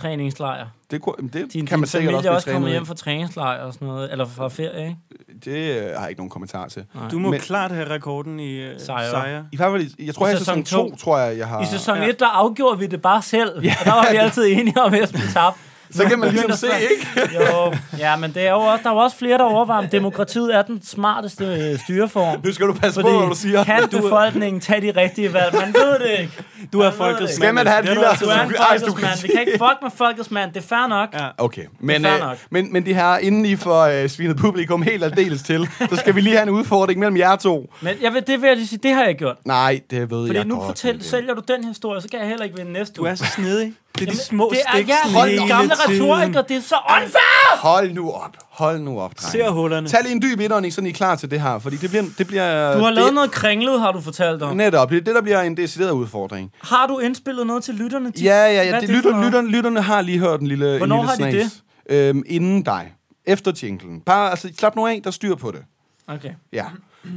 appeltræningslejr?
Det, kunne, det
Din,
kan man
din
sikkert
familie
også
også,
blive
også kommet
trænet
hjem
hjem.
fra træningslejr og sådan noget, eller fra ferie, ikke?
Det øh, har jeg ikke nogen kommentar til.
du må
Men-
men, klart have rekorden i øh,
Sejre.
sejre.
I hvert fald, i- jeg tror,
I
jeg er i sæson
sæson
2,
to.
tror jeg, jeg har...
I sæson
ja.
1, der afgjorde vi det bare selv, ja. og der var vi altid enige om, at Esben tabte.
Så kan man ligesom se, ikke?
Jo, ja, men det er jo også, der er jo også flere, der overvejer, om demokratiet er den smarteste øh, styreform.
Nu skal du passe på, hvad du
Fordi
siger.
kan befolkningen tage de rigtige valg? Man ved det ikke.
Du er
ved
folkets
det.
mand.
Skal man have et
Det er
lille
du altså-
Du er en
aristokrat-
folkets mand. Vi kan ikke fuck med folkets mand. Det er fair nok.
Ja.
Okay, men,
fair
øh,
nok.
men, men det her inden I får øh, svinet publikum helt aldeles til, så skal vi lige have en udfordring mellem jer to.
Men jeg vil, det vil jeg lige sige, det har jeg gjort.
Nej, det ved
Fordi
jeg
nu
godt.
fortæl,
men-
sælger du den historie, så kan jeg heller ikke vinde næste
Du er
uge.
så snedig. Det er de
Jamen,
små
det er,
stik,
ja,
sådan
hold
hele
gamle
tiden.
retoriker, det er så unfair!
Hold nu op. Hold nu op, drenge.
Ser hullerne.
Tag lige en dyb indånding, så I er klar til det her. Fordi det bliver... Det bliver
Du har
det,
lavet noget kringlet, har du fortalt om.
Netop. Det er det, der bliver en decideret udfordring.
Har du indspillet noget til lytterne? De-
Ja, ja,
Hvad
ja.
er
Det,
for
lytter,
noget?
lytterne, lytterne har lige hørt en lille,
Hvornår
en lille
har de
snas. det? Øhm, inden dig. Efter jinglen. Bare, altså, klap nu af, der er styr på det.
Okay.
Ja.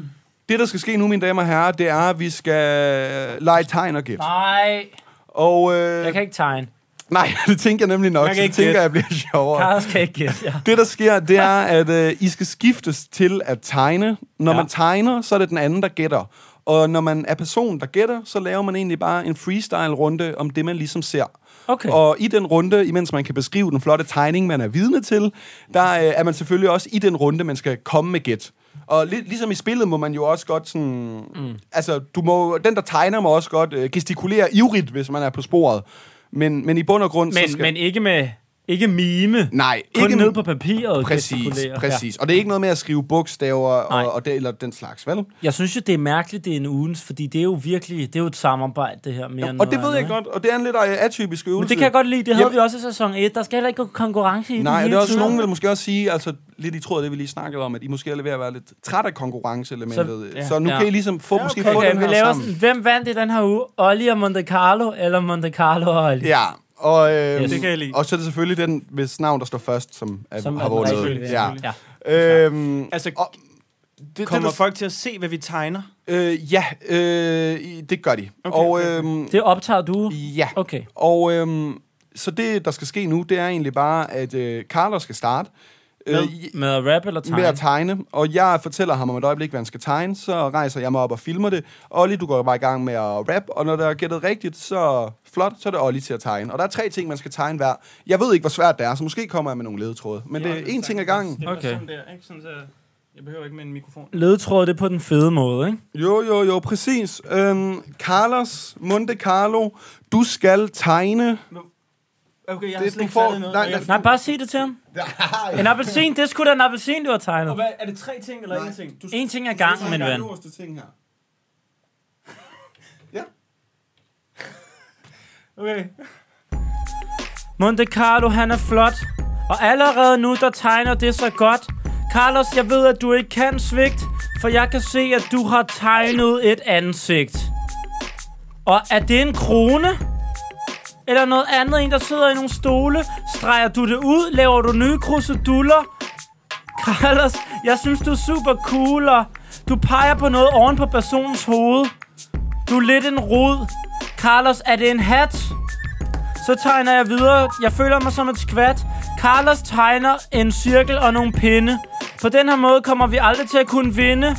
Det, der skal ske nu, mine damer og herrer, det er, at vi skal lege tegn og gæt.
Nej,
Og, øh,
jeg kan ikke tegne.
Nej, det tænker jeg nemlig nok.
Jeg kan
så
ikke
tænker
gætte.
jeg, bliver sjovere.
Carlos kan ikke gætte, ja.
Det, der sker, det er, at øh, I skal skiftes til at tegne. Når ja. man tegner, så er det den anden, der gætter. Og når man er personen, der gætter, så laver man egentlig bare en freestyle-runde om det, man ligesom ser.
Okay.
Og i den runde, imens man kan beskrive den flotte tegning, man er vidne til, der øh, er man selvfølgelig også i den runde, man skal komme med gæt. Og li- ligesom i spillet må man jo også godt sådan... Mm. Altså, du må, den, der tegner, må også godt øh, gestikulere ivrigt, hvis man er på sporet. Men, men i bund og grund... så
Men,
skal...
men ikke med ikke mime.
Nej,
Kun
ikke
ikke ned på papiret.
Præcis,
gestikulere.
præcis. Og det er ikke noget med at skrive bogstaver
Nej. Mm,
og, og det, eller den slags, vel?
Ja. Jeg synes jo, det er mærkeligt, det er en ugens, fordi det er jo virkelig det er jo et samarbejde, det her mere end
Og det
noget
ved jeg
andet,
godt, og det er en lidt øh, atypisk øvelse.
Men det kan jeg godt lide. Det havde
Jamen-
vi også i sæson 1. Der skal heller ikke gå konkurrence i det
Nej, og
hele
det er også,
tiden.
nogen vil måske også sige, altså lidt i tråd af det, vi lige snakkede om, at I måske er ved at være lidt træt af konkurrenceelementet. Så,
Så-
ja.
ja.
så nu ja.
Ja.
kan I ligesom få, ja, okay. måske få
Okay,
den
vi
her
laver
sammen.
sådan, hvem vandt i den her uge? Olli og Monte Carlo, eller Monte Carlo og Olli?
Ja, og, øh,
Yes.
Det kan jeg lide.
og så er det selvfølgelig den, hvis navn, der står først, som, er, som
Som
har
er den
vundet.
rigtige,
Ja.
ja.
Øhm,
Altså,
Og-
det,
kommer-
kommer det, folk til at se, hvad vi tegner?
øh, ja, øh, i- det gør de.
Okay,
og,
okay,
øhm,
Det optager du?
Ja.
Okay.
Og øhm, så det, der skal ske nu, det er egentlig bare, at øh, Carlos skal starte øh,
Med,
i-
med at rap eller tegne?
med at tegne. Og jeg fortæller ham om et øjeblik, hvad han skal tegne. Så rejser jeg mig op og filmer det. Olli, du går bare i gang med at rap. Og når der er gættet rigtigt, så flot, så er det Olli til at tegne. Og der er tre ting, man skal tegne hver. Jeg ved ikke, hvor svært det er, så måske kommer jeg med nogle ledetråde. Men det er én ting ad gangen.
var Okay. sådan
der, ikke? Sådan, så jeg behøver ikke med en mikrofon.
Ledetråd, det er på den fede måde, ikke?
Jo, jo, jo, præcis. Øhm, Carlos, Monte Carlo, du skal tegne...
Okay,
Det,
jeg har slet
du
ikke
får-
fattet noget.
nej,
og jeg,
nej.
Nej, bare sig det til ham. En appelsin, det skulle da en appelsin, du har
og
tegnet.
hvad, er det tre ting eller en ting? Du,
En ting ad gangen, min ven.
ting her.
okay.
Monte Carlo, han er flot. Og allerede nu, der tegner det så godt. Carlos, jeg ved, at du ikke kan svigt, for jeg kan se, at du har tegnet et ansigt. Og er det en krone? Eller noget andet, en der sidder i nogle stole? Streger du det ud? Laver du nye kruseduller? Carlos, jeg synes, du er super cool, og du peger på noget oven på personens hoved. Du er lidt en rod. Carlos, er det en hat? Så tegner jeg videre. Jeg føler mig som et skvat. Carlos tegner en cirkel og nogle pinde. På den her måde kommer vi aldrig til at kunne vinde.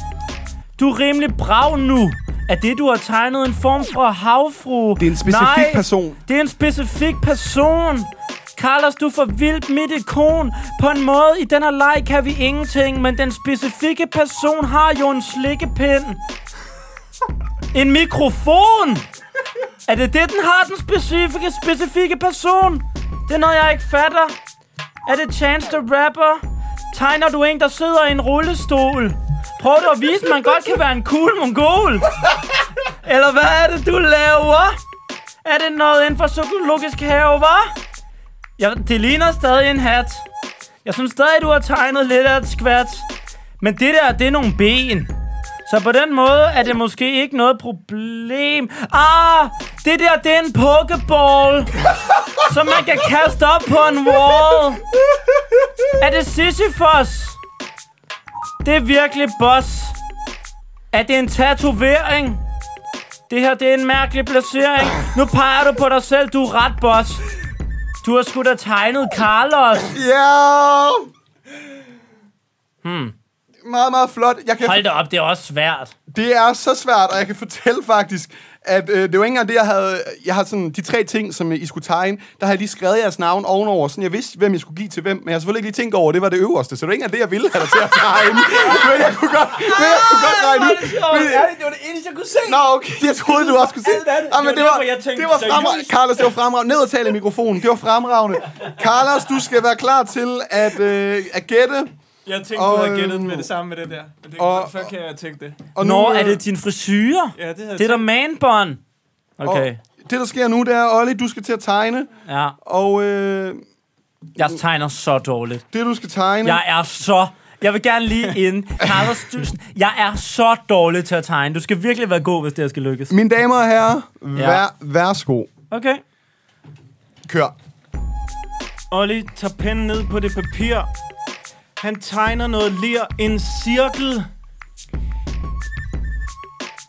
Du er rimelig brav nu. Er det, du har tegnet en form for havfru?
Det er en specifik
Nej,
person.
Det er en specifik person. Carlos, du er for vildt mit ikon. På en måde, i den her leg kan vi ingenting, men den specifikke person har jo en slikkepind. En mikrofon! Er det det, den har, den specifikke, specifikke person? Det er noget, jeg ikke fatter. Er det Chance the Rapper? Tegner du en, der sidder i en rullestol? Prøv du at vise, at man godt kan være en cool mongol? Eller hvad er det, du laver? Er det noget inden for psykologisk have, hva'? Ja, det ligner stadig en hat. Jeg synes stadig, du har tegnet lidt af et skvat. Men det der, det er nogle ben. Så på den måde er det måske ikke noget problem. Ah, det der, det er en pokeball, som man kan kaste op på en wall. Er det Sisyphos? Det er virkelig boss. Er det en tatovering? Det her, det er en mærkelig placering. Nu peger du på dig selv, du er ret boss. Du har sgu da tegnet Carlos.
Ja! Hmm.
Hmm.
Meget, meget flot. Jeg kan
Hold da op, det er også svært.
Det er så svært, og jeg kan fortælle faktisk, at øh, det var ikke engang det, jeg havde... Jeg har sådan de tre ting, som øh, I skulle tegne, der har jeg lige skrevet jeres navn ovenover, sådan jeg vidste, hvem jeg skulle give til hvem, men jeg har selvfølgelig ikke lige tænkt over, at det var det øverste, så det var ikke engang det, jeg ville have dig til at tegne. men jeg kunne godt, men jeg kunne godt regne ud. Men,
det var det eneste, jeg kunne se.
Nå, okay, jeg troede, du også kunne se.
Alt andet.
Ah, men
Det
det
var
var,
derfor, jeg tænkte,
det var fremragende.
seriøst.
Carlos, det var fremragende. Ned og tale i mikrofonen. Det var fremragende. Carlos, du skal være klar til at, øh, at gætte.
Jeg tænkte,
Og,
du havde gættet
øhm,
den med det samme med det der. Men det
og-
og, før kan jeg tænke det.
Og
Nå, er
øh,
det din frisyrer?
Ja, det havde
Det er da manbånd. Okay,
Det, der sker nu, det er, Olli, du skal til at tegne,
ja.
og... Øh,
Jeg tegner så dårligt.
Det, du skal tegne.
Jeg er så... Jeg vil gerne lige ind. Carlos, du, jeg er så dårlig til at tegne. Du skal virkelig være god, hvis det her skal lykkes.
Mine damer og herrer, vær, værsgo.
Okay.
Kør.
Olli tager pennen ned på det papir. Han tegner noget lir, en cirkel.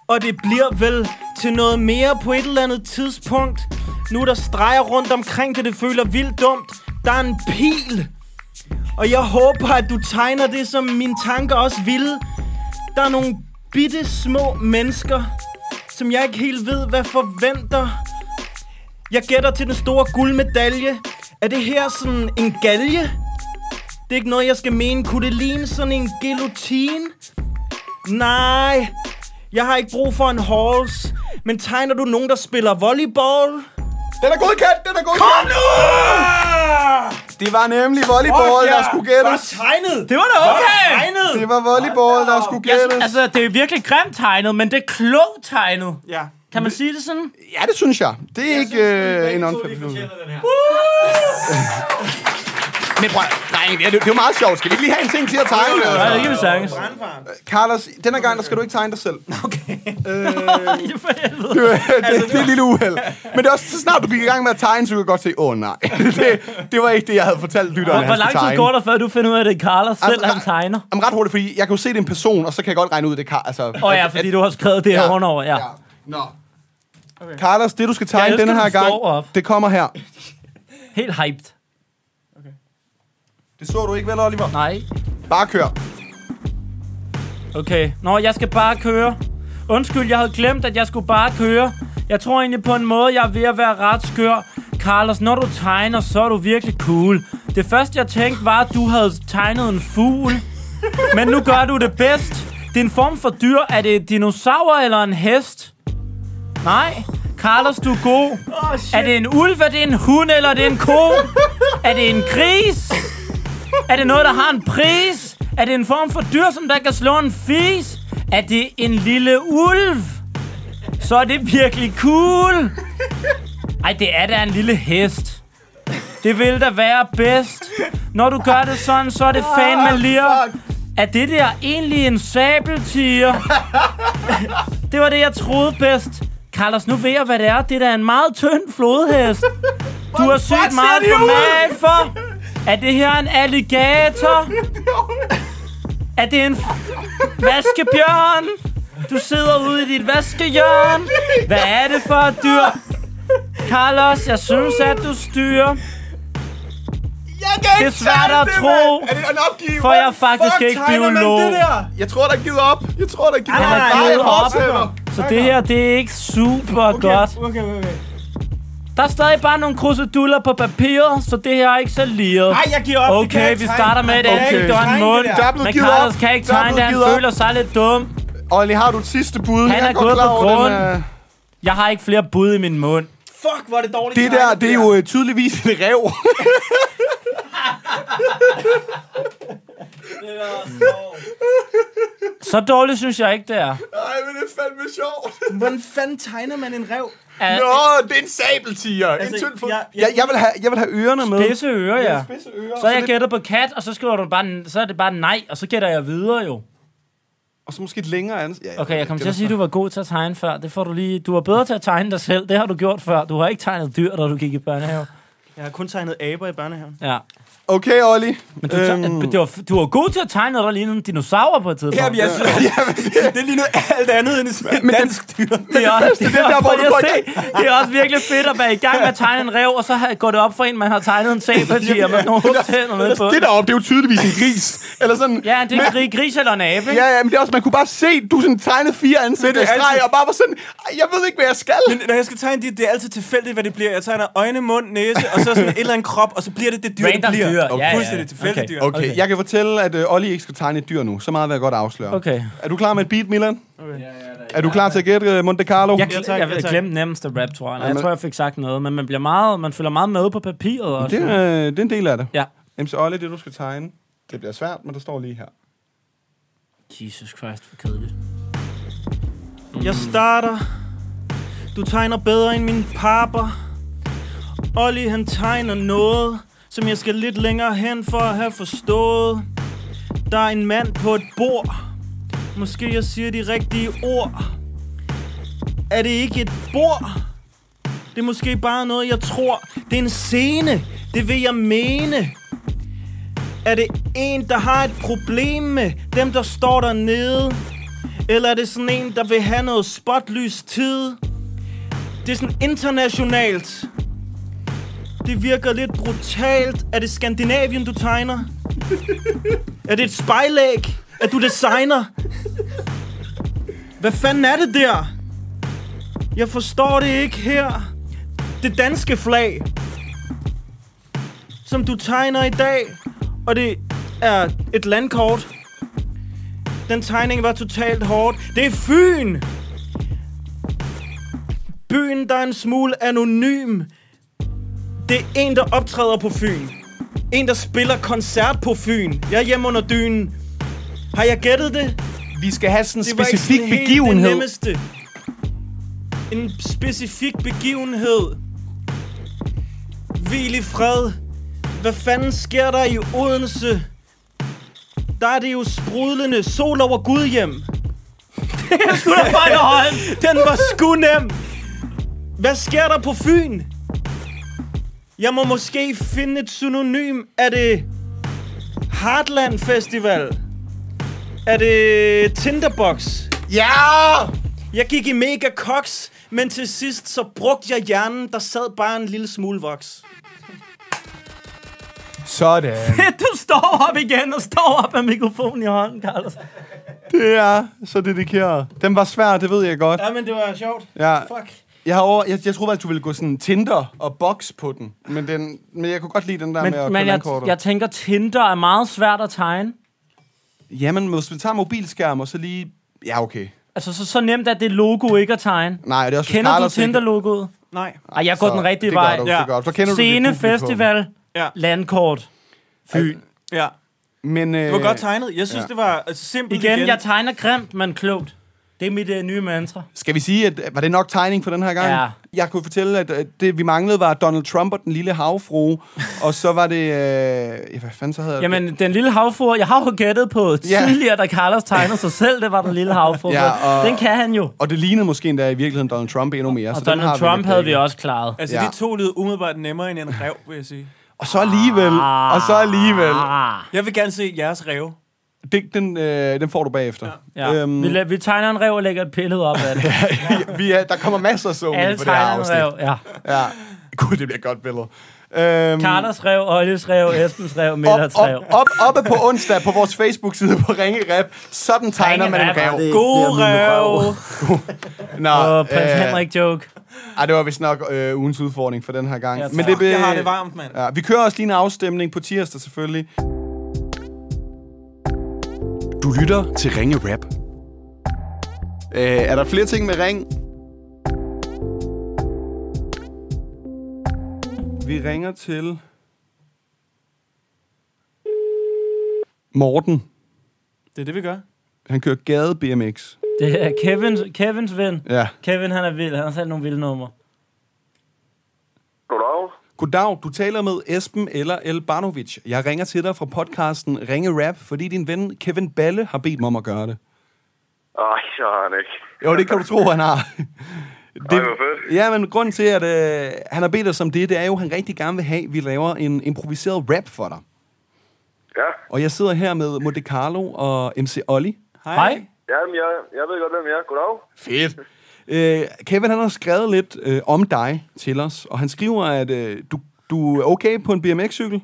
Og det bliver vel til noget mere på et eller andet tidspunkt. Nu er der streger rundt omkring det, det føler vildt dumt. Der er en pil. Og jeg håber, at du tegner det, som mine tanker også ville. Der er nogle bitte små mennesker, som jeg ikke helt ved, hvad forventer. Jeg gætter til den store guldmedalje. Er det her sådan en galge? Det er ikke noget, jeg skal mene. Kunne det ligne sådan en guillotine? Nej, jeg har ikke brug for en halls. Men tegner du nogen, der spiller volleyball?
Den er godkendt, den er godkendt. Kom nu! Det var nemlig volleyball, der skulle gættes.
tegnet!
Det var da okay!
Det var volleyball, der skulle gættes.
Altså, det er virkelig grimt tegnet, men det er klogt tegnet.
Ja.
Kan man sige det sådan?
Ja, det synes jeg. Det er ikke øh, en unfair beslutning. Men prøv, nej, det er, det er jo meget sjovt. Skal vi ikke lige have en ting til at tegne?
Nej,
Altså?
det kan vi sagtens.
Carlos, den her gang, der skal du ikke tegne dig selv.
Ja, for helvede.
det, Altså, det, det er et lille uheld. Men det er også, så snart du gik i gang med at tegne, så kunne jeg godt se, åh oh, nej, det, det var ikke det, jeg havde fortalt lytterne,
Hvor
han
lang
skulle
tid
tegne.
går der, før du finder ud af, at det er Carlos selv,
Jamen,
han tegner?
Jamen ret hurtigt, fordi jeg kan jo se, det er en person, og så kan jeg godt regne ud, det er Carl. Altså,
Åh oh, ja, fordi du har skrevet det her
Ja.
ovenover, ja.
Ja. Nå. Okay. Carlos, det du skal tegne
Jeg elsker,
denne her
du står
gang,
op.
det kommer her.
Helt hyped.
Det så du ikke vel, Oliver?
Nej.
Bare kør.
Okay. Nå, jeg skal bare køre. Undskyld, jeg havde glemt, at jeg skulle bare køre. Jeg tror egentlig på en måde, jeg er ved at være ret skør. Carlos, når du tegner, så er du virkelig cool. Det første, jeg tænkte, var, at du havde tegnet en fugl. Men nu gør du det bedst. Det er en form for dyr. Er det en dinosaur eller en hest? Nej. Carlos, du er god. Oh, er det en ulv, er det en hund, eller er det en ko? er det en gris? Er det noget, der har en pris? Er det en form for dyr, som der kan slå en fis? Er det en lille ulv? Så er det virkelig cool. Ej, det er da en lille hest. Det vil da være bedst. Når du gør det sådan, så er det fan med lir. Er det der egentlig en sabeltiger? det var det, jeg troede bedst. Carlos, nu ved jeg, hvad det er. Det er da en meget tynd flodhest. Du har sygt meget format for. Er det her en alligator? Er det en vaskebjørn? Du sidder ude i dit vaskehjørn. Hvad er det for et dyr? Carlos, jeg synes, at du styrer.
Jeg kan
Det er svært
tage
at tro,
mand. Er det en opgivelse?
For jeg er faktisk ikke biolog.
Jeg tror, der er givet op. Jeg tror, der er givet
Han
op.
har givet
jeg
op.
fortsætter.
Så det her, det er ikke super okay. godt.
Okay, okay, okay.
Der er stadig bare nogle kruseduller på papiret, så det her er ikke så liret.
Ej, jeg giver op. Det kan jeg
Okay,
ikke
vi
tegne.
starter med et
Okay.
ansigt
Jeg
og
kan
en
ikke
mund.
tegne det der.
Der er blevet
Men
givet
Carlos
op.
kan ikke
Der er
tegne det,
blevet
han
givet op.
føler sig lidt dum.
Olli, har du et sidste bud?
Han
Jeg
er
godt
gået
klar
på
over, den øh,
grund.
er-
Jeg har ikke flere bud i min mund.
Fuck, hvor er det dårligt.
Det
tegnet,
der, det er jo øh, tydeligvis en rev.
Så dårligt synes jeg ikke, det er.
Ej, men det er fandme sjovt. Hvordan fanden tegner man en rev?
Er
Nå, det er en sabeltiger. Altså, en tynd flod.
jeg-
Jeg, jeg, vil have, jeg vil have ørerne med.
spidse ører, ja.
Spidse ører.
Så har jeg gættet på kat, og så skriver du bare, så er det bare nej, og så gætter jeg videre jo.
Og så måske et længere ansigt. Ja,
Okay, jeg kommer til at sige, at du var god til at tegne før. Det får du lige. Du var bedre til at tegne dig selv. Det har du gjort før. Du har ikke tegnet dyr, da du gik i børnehave.
Jeg har kun tegnet aber i børnehaven.
Ja.
Okay, Olli.
Men du, øhm. du, var, du var god til at tegne noget, der lignede en dinosaur på et tidspunkt.
Jamen, jeg synes, det er lige noget alt andet end et dansk dyr.
det er også, det er, det
der, hvor du går i
det er også virkelig fedt at være i gang med at tegne en rev, og så har- går det op for en, man har tegnet en sabeltiger med sådan nogle tænder med på.
Det deroppe, det er jo tydeligvis en gris. Eller sådan...
Ja, det er en gri- gris eller en abe, ikke?
Ja, ja, men det er også, man kunne bare se, du sådan tegnede fire ansigter i
det er
streg,
altid-
og bare var sådan, "Ej, jeg ved ikke, hvad jeg skal.
Men når jeg skal tegne det, det er altid tilfældigt, hvad det bliver. Jeg tegner øjne, mund, næse, og så sådan et eller andet krop, og så bliver det det dyr,
Random
det bliver.
dyr. Ja, ja, ja.
Fuldstændig tilfældigt
Okay.
dyr.
Okay, okay, jeg kan fortælle, at øh, Olli ikke skal tegne et dyr nu. Så meget vil jeg godt afsløre.
Okay.
Er du klar med et beat, Milan? Okay. Er du klar til at gætte øh, Monte Carlo?
Jeg,
tak,
gl- jeg,
ja,
jeg
tak.
glemte nemmeste rap, tror jeg. Eller Jeg
men-
tror, jeg fik sagt noget, men man, bliver meget, man følger meget med på papiret. Og
Det,
sådan.
er, øh, det er en del af det.
Ja.
MC Olli, det du skal tegne, det bliver svært, men der står lige her.
Jesus Christ, hvor kedeligt.
Jeg starter. Du tegner bedre end min papper. Olli han tegner noget, som jeg skal lidt længere hen for at have forstået. Der er en mand på et bord. Måske jeg siger de rigtige ord. Er det ikke et bord? Det er måske bare noget, jeg tror. Det er en scene. Det vil jeg mene. Er det en, der har et problem med dem, der står dernede? Eller er det sådan en, der vil have noget spotlys tid? Det er sådan internationalt. Det virker lidt brutalt. Er det Skandinavien, du tegner? Er det et spejlæg, at du designer? Hvad fanden er det der? Jeg forstår det ikke her. Det danske flag, som du tegner i dag, og det er et landkort. Den tegning var totalt hårdt. Det er Fyn! Byen, der er en smule anonym. Det er en, der optræder på Fyn. En, der spiller koncert på Fyn. Jeg er hjemme under dynen. Har jeg gættet det?
Vi skal have sådan en
Det var ikke sådan helt Det nemmeste. En specifik begivenhed. Hvil i fred. Hvad fanden sker der i Odense? Der er det jo sprudlende sol over Gud hjem. Den var sgu nem. Hvad sker der på Fyn? Jeg må måske finde et synonym. Er det Heartland Festival? Er det Tinderbox?
Ja!
Jeg gik i mega koks, men til sidst så brugte jeg hjernen, der sad bare en lille smule voks.
Sådan.
Du står op igen og står op med mikrofonen i hånden, Carlos.
Det er så dedikeret. Den var svær, det ved jeg godt.
Ja, men det var sjovt.
Ja.
Fuck.
Jeg, har over, jeg, jeg troede, at du ville gå sådan Tinder og box på den. Men, den, men jeg kunne godt lide den der
Men,
med at
men jeg,
landkortet.
jeg tænker, Tinder er meget svært at tegne.
Jamen, hvis vi tager mobilskærm og så lige... Ja, okay.
Altså, så, så nemt er det logo ikke at tegne.
Nej, det er også
Kender du
Carlos ikke-
Tinder-logoet?
Nej.
Ej, jeg går
Så
den rigtige
det gør
vej.
du, det gør du. Så kender du dit
Scene,
publikum.
festival,
Ja.
landkort. Fyn.
Ja.
Men, øh,
Det var godt tegnet. Jeg synes, ja. det var altså, simpelt
Igen, jeg tegner grimt, men klogt. Det er mit øh, nye mantra.
Skal vi sige, at var det nok tegning for den her gang?
Ja.
Jeg kunne fortælle, at at det vi manglede var Donald Trump og den lille havfru, og så var det... Øh, ja, hvad fanden så hedder det?
Jamen, den lille havfru, jeg har jo gættet på
Ja.
tidligere, da Carlos tegnede sig selv, det var den lille havfru.
Ja, og-
Den kan han jo.
Og det lignede måske endda i virkeligheden Donald Trump endnu mere.
Og
den har
Donald Trump
lidt
havde
dækket.
vi også klaret.
Altså,
Ja.
ja. de to lyder umiddelbart nemmere end en rev, vil jeg sige.
Og så alligevel, og så alligevel.
Ah.
Jeg vil gerne se jeres rev.
Det, den, øh, den får du bagefter.
Ja. Øhm. Vi, la- vi tegner en rev og lægger et billede op af det.
vi er, der kommer masser af solen
Alle
på det her
tegner en
afsnit.
rev, ja.
Ja. Gud, det bliver et godt billede. Øhm,
Carlos rev, Olles rev, Esbens rev,
op,
Millers
op,
rev.
op, oppe på onsdag på vores Facebook-side på Ringe Rap. Sådan tegner man en
Ringe Rap,
rev.
Det
God
bliver min
rev!
røv.
Nå,
Og prins
øh,
Henrik joke.
Ej, det var vist nok øh, ugens udfordring for den her gang.
Ja, tak.
det, vil-
Jeg har det varmt, mand.
Ja, vi kører også lige en afstemning på tirsdag selvfølgelig. Du lytter til Ringe Rap. Øh, er der flere ting med ring? Vi ringer til... Morten.
Det er det, vi gør.
Han kører gade BMX.
Det er Kevins, Kevins ven.
Ja.
Kevin, han er vild. Han har sat nogle vilde numre.
Goddag.
Goddag, du taler med Esben eller Elbanovic. Jeg ringer til dig fra podcasten Ringe Rap, fordi din ven Kevin Balle har bedt mig om at gøre det.
Ej, så har han ikke.
Jo, det kan du tro, han har.
Ej, hvor fedt.
Ja, men grunden til, at øh, han har bedt os om det, det er jo, at han rigtig gerne vil have, at vi laver en improviseret rap for dig.
Ja,
Og jeg sidder her med Monte Carlo og MC Olli.
Hej.
Jamen, jeg, jeg ved godt, hvem jeg er. Goddag.
Fedt. Øh, Kevin, han har skrevet lidt øh, om dig til os, og han skriver, at øh, du, du er okay på en BMX-cykel.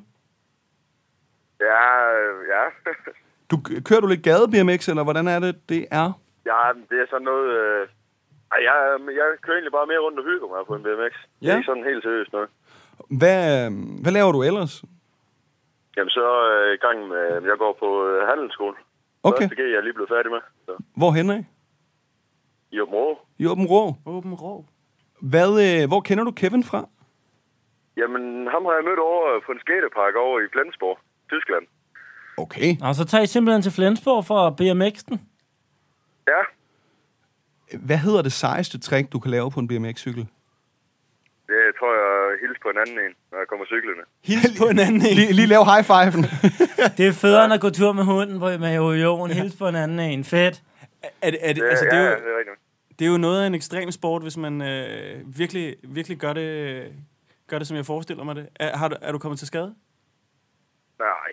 Ja, øh, ja.
Du, øh, kører du lidt gade-BMX, eller hvordan er det, det er?
ja, men det er sådan noget... Øh... Ej, jeg, jeg kører egentlig bare mere rundt og hygger mig på en BMX. Ja. Det
Ja.
er ikke sådan helt seriøst noget.
Hvad, øh, hvad laver du ellers?
Jamen, så er jeg i gang med... Jeg går på øh, handelsskole.
Okay.
Første G, jeg er lige blevet færdig med. Så.
Hvorhen af?
I Åben Rå.
I Åben Rå.
Åben rå.
Hvad, øh, hvor kender du Kevin fra?
Jamen, ham har jeg mødt over på en skatepark over i Flensborg, Tyskland.
Okay.
Og så tager I simpelthen til Flensborg for BMX'en.
Ja,
Hvad hedder det sejeste trick, du kan lave på en BMX-cykel?
det tror jeg hils på en anden en, når jeg kommer cyklerne.
Hils på en anden en.
Lige, lige lav high-fiven.
Det er federe end at gå tur med hunden på, med jojoen. Hils på en anden en. Fedt.
Er, det- er det,
Ja,
altså, det,
Øh, ja,
er
ja,
jo,
det er rigtigt.
det er jo noget af en ekstrem sport, hvis man øh, virkelig, virkelig gør det, gør det, som jeg forestiller mig det. Er, har du, er du kommet til skade?
Nej.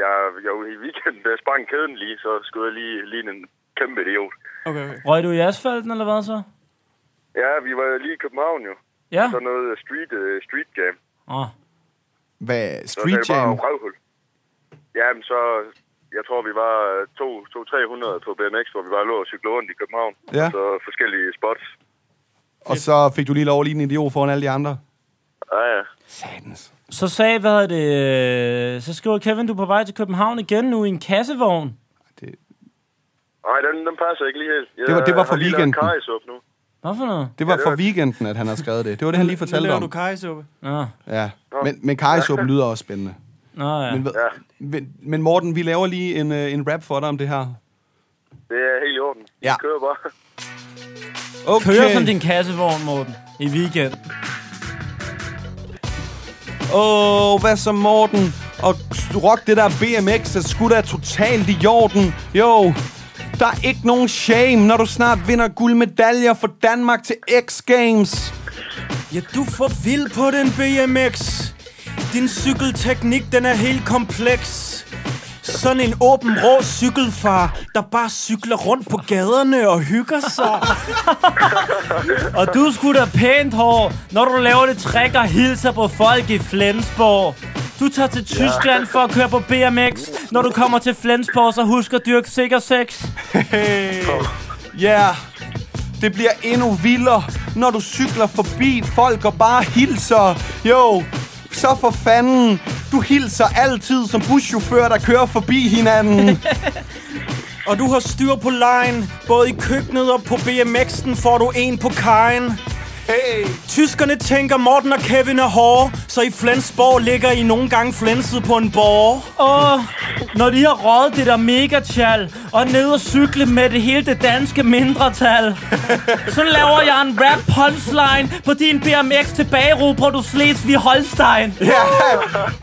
Jeg, jeg, i weekenden der sprang kæden lige, så skulle jeg lige ligne en kæmpe idiot.
Okay, okay.
Røg du i asfalten, eller hvad så?
Ja, vi var lige i København jo.
Ja.
Så noget street, uh, street jam.
Åh.
Hvad?
Så sagde
Street
det
jam?
bare røvhul. Jamen så, jeg tror vi var 200-300 på BMX, hvor vi bare lå og cyklede rundt i København.
Ja.
Så forskellige spots.
Og så fik du lige lov at ligne en idiot foran alle de andre.
Ja, ja.
Satans.
Så sagde, hvad hedder det... øh, Så skriver Kevin, du er på vej til København igen nu i en kassevogn.
Det,
Nej, den, den passer ikke lige helt. Jeg,
Det var- det var for
har lige lavet
weekenden.
karriesuppe nu.
Hvad for noget?
det var
det
for
var-
weekenden, at han har skrevet det. Det var det, han lige
Nu
fortalte
laver du
om.
kajsuppe.
Nå,
Ja. Men, men karisuppen lyder også spændende.
Nå ja.
Men, hvad, men, men Morten, vi laver lige en, øh, en rap for dig om det her.
Det er helt i orden.
Ja.
Vi kører bare.
Okay.
Kører som din kassevogn, Morten, i weekend.
Åh, oh, hvad så Morten? Og rock det der BMX, det skulle da totalt i jorden. Jo, der er ikke nogen shame, når du snart vinder guldmedaljer for Danmark til X Games.
Ja, du får vild på den BMX. Din cykelteknik, den er helt kompleks. Sådan en åben rå cykelfar, der bare cykler rundt på gaderne og hygger sig.
Og du skulle da pænt hår, når du laver det trick og hilser på folk i Flensborg. Du tager til Tyskland for at køre på BMX. Når du kommer til Flensborg, så husk at dyrke sikker sex.
Ja, yeah. det bliver endnu vildere, når du cykler forbi folk og bare hilser. Jo, så for fanden. Du hilser altid som buschauffør, der kører forbi hinanden.
Og du har styr på lejen, både i køkkenet og på BMX'en får du en på kajen.
Hey!
Tyskerne tænker, Morten og Kevin er hårde, så i Flensborg ligger I nogle gange flænset på en borg.
Åh, når de har røget det der mega tjal og ned og cykle med det hele det danske mindretal, så laver jeg en rap punchline på din BMX tilbage, Robert, du Slesvig Holstein.
Ja,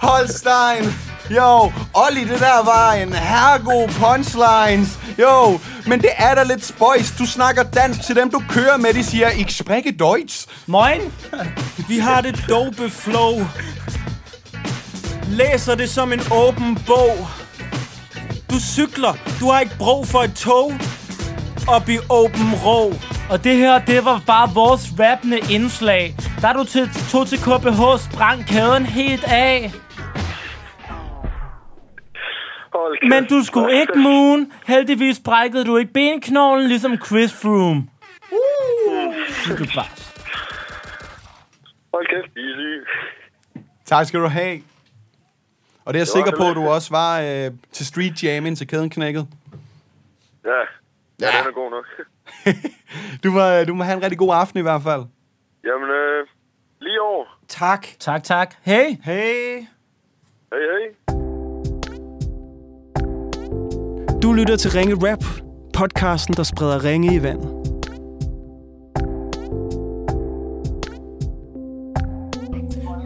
Holstein! Jo, Olli, det der var en herregod punchlines. Jo, men det er da lidt spøjs. Du snakker dansk til dem, du kører med. De siger, ikke spreche Deutsch.
Moin.
Vi har det dope flow. Læser det som en åben bog. Du cykler, du har ikke brug for et tog. Op i åben rå.
Og det her, det var bare vores rappende indslag. Da du til, tog til KBH, sprang kæden helt af.
Hold
Men
kæft.
du skulle ikke moon. Heldigvis brækkede du ikke benknoglen, ligesom Chris Froome. Uh. Cykelbars.
Hold kæft, I er syge.
Tak skal du have. Og det er jeg
var
sikker
det
på,
lidt.
at du også var øh, til Street Jam, indtil kæden knækkede.
Ja. ja, den er god nok.
Du, var, du må have en rigtig god aften i hvert fald.
Jamen, øh, lige over.
Tak.
Tak, tak. Hey.
Hey.
Hej, hej.
Du lytter til Ringe Rap, podcasten, der spreder ringe i vandet.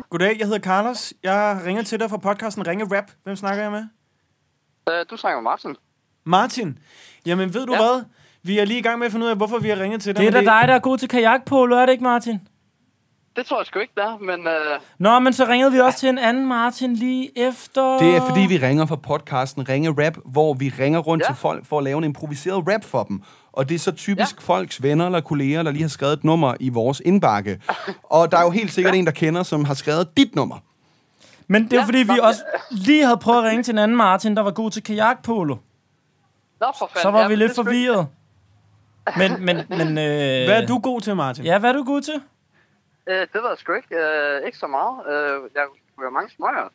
Goddag, jeg hedder Carlos. Jeg ringer til dig fra podcasten Ringe Rap. Hvem snakker jeg med?
Øh, du snakker med Martin.
Martin. Jamen, ved du ja.
Ja.
hvad? Vi er lige i gang med at finde ud af, hvorfor vi har ringet til dig.
Det er da
men
dig, der er god til kajakpolo, er det ikke, Martin?
Det tror jeg sgu ikke, der, men øh,
Nå, men så ringede vi også til en anden Martin lige efter...
Det er, fordi vi ringer fra podcasten Ringe Rap, hvor vi ringer rundt ja.
Ja.
til folk for at lave en improviseret rap for dem. Og det er så typisk ja. folks venner eller kolleger, der lige har skrevet et nummer i vores indbakke. Og der er jo helt sikkert ja. en, der kender, som har skrevet dit nummer.
Men det er,
Ja,
fordi vi
nå,
også lige havde prøvet at ringe til en anden Martin, der var god til kajakpolo.
Nå, for fanden.
Så var
ja,
vi
men
lidt
det er sgu
forvirret. Men, men, men... Øh...
Hvad er du god til, Martin?
Ja, hvad er du god til?
Ikke, øh, det ved jeg sgu ikke. Øh, ikke så meget. Øh, jeg skulle have mange smøger.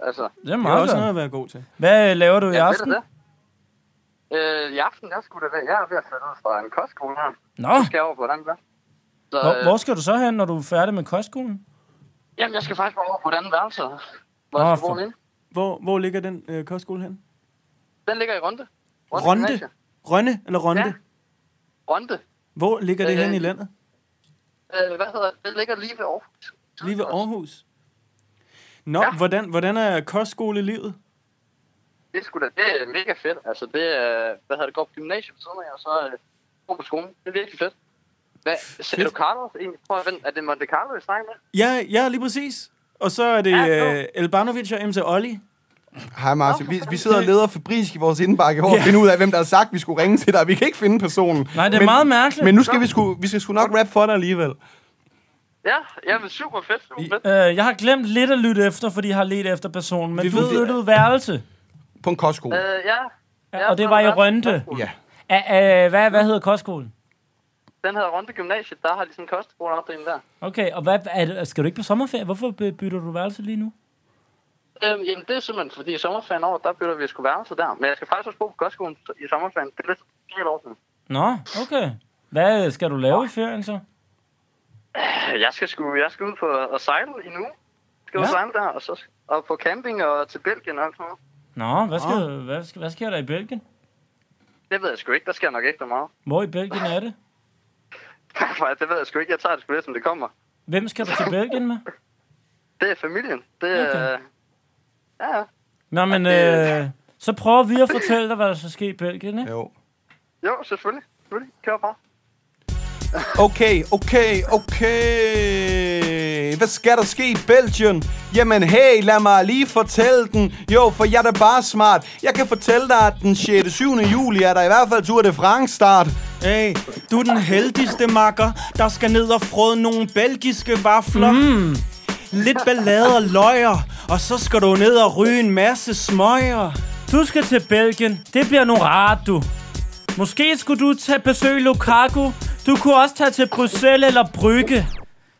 Altså,
Det er
Det er
meget
også
godt.
noget at være god til.
Hvad øh, laver du i
ja, ved
aften?
du det? Øh, I aften, jeg skulle da være, jeg er ved at flytte ud fra en kostskole her.
Nå,
Skal jeg over på den der? Så,
hvor,
øh,
hvor skal du så hen, når du er færdig med kostskolen?
Jamen, jeg skal faktisk bare over på den anden værelse. Hvor
Nå,
jeg skal
for-
bo alene.
Hvor, hvor ligger den øh, kostskole hen?
Den ligger i Ronde.
Ronde?
Gymnasium.
Rønne eller Ronde?
Ja. Ronde.
Hvor ligger det
Øh,
hen i landet?
Øh, hvad hedder det? Den ligger lige ved Aarhus.
Lige ved Aarhus? Nå, ja.
Ja.
hvordan, hvordan er kostskolelivet?
Det skulle da, det er mega fedt. Altså, det er, hvad hedder det, går på gymnasiet ved siden af, og så øh, går på skolen. Det er virkelig fedt. Hvad, ser du Carlos egentlig? Prøv at vente, er det Monte Carlo, vi snakker med?
Ja, ja, lige præcis. Og så er det
Ja,
ja, øh, Elbanovic og MC Olli.
Hej Martin, vi, vi sidder og leder fabrisk i vores indbakke for at finde ud af, hvem der har sagt, vi skulle ringe til dig. Vi kan ikke finde personen.
Nej, det er meget mærkeligt.
Men nu skal vi sgu, vi skal sgu nok rap for dig alligevel.
Ja, jamen super fedt, super fedt.
Øh, jeg har glemt lidt at lytte efter, fordi jeg har let efter personen, men
Vi
vi du
ved-
flyttede værelse,
På en kostskole.
Øh, ja. ja.
og det var i
sådan,
Rønde.
Ja.
Æ, øh, hvad, hvad hedder kostskolen?
Den hedder Ronde Gymnasiet, der har de sådan en kostskoleafdeling der.
Okay, og hvad, er, det- skal du ikke på sommerferie? Hvorfor by- bytter du værelse lige nu?
Øhm, jamen, det er simpelthen, fordi i sommerferien over, der bytter vi sgu værelse der. Men jeg skal faktisk også bo på kostskolen i sommerferien. Det er lidt helt år siden.
Nå, okay. Hvad øh, skal du lave i ferien så?
Øh, Jeg skal, sgu, jeg skal ud på og sejle i nu. Skal ud
Ja.
og sejle der, og så og på camping og til Belgien og alt sådan noget.
Nå, hvad, skal, oh. hvad, skal, hvad sker der i Belgien?
Det ved jeg sgu ikke. Der sker nok ikke så meget.
Hvor i Belgien er det?
Nej, det ved jeg sgu ikke. Jeg tager det sgu lidt, som det kommer.
Hvem skal du til Belgien med?
Det er familien. Det er...
Okay.
Okay. Ja, ja.
Nå, men
det-
øh, så prøver vi at fortælle dig, hvad der skal ske i Belgien, ikke?
Jo.
jo, selvfølgelig. Selvfølgelig. Kør bare.
Okay, okay, okay. Hvad skal der ske i Belgien? Jamen hey, lad mig lige fortælle den. Jo, for jeg er da bare smart. Jeg kan fortælle dig, at den 6. 7. juli er der i hvert fald Tour de France start.
Hey, du er den heldigste makker, der skal ned og frøde nogle belgiske vafler. Mm. Lidt ballade og løjer, og så skal du ned og ryge en masse smøger.
Du skal til Belgien. Det bliver nu rart, du. Måske skulle du tage besøg Lukaku. Du kunne også tage til Bruxelles eller Brygge.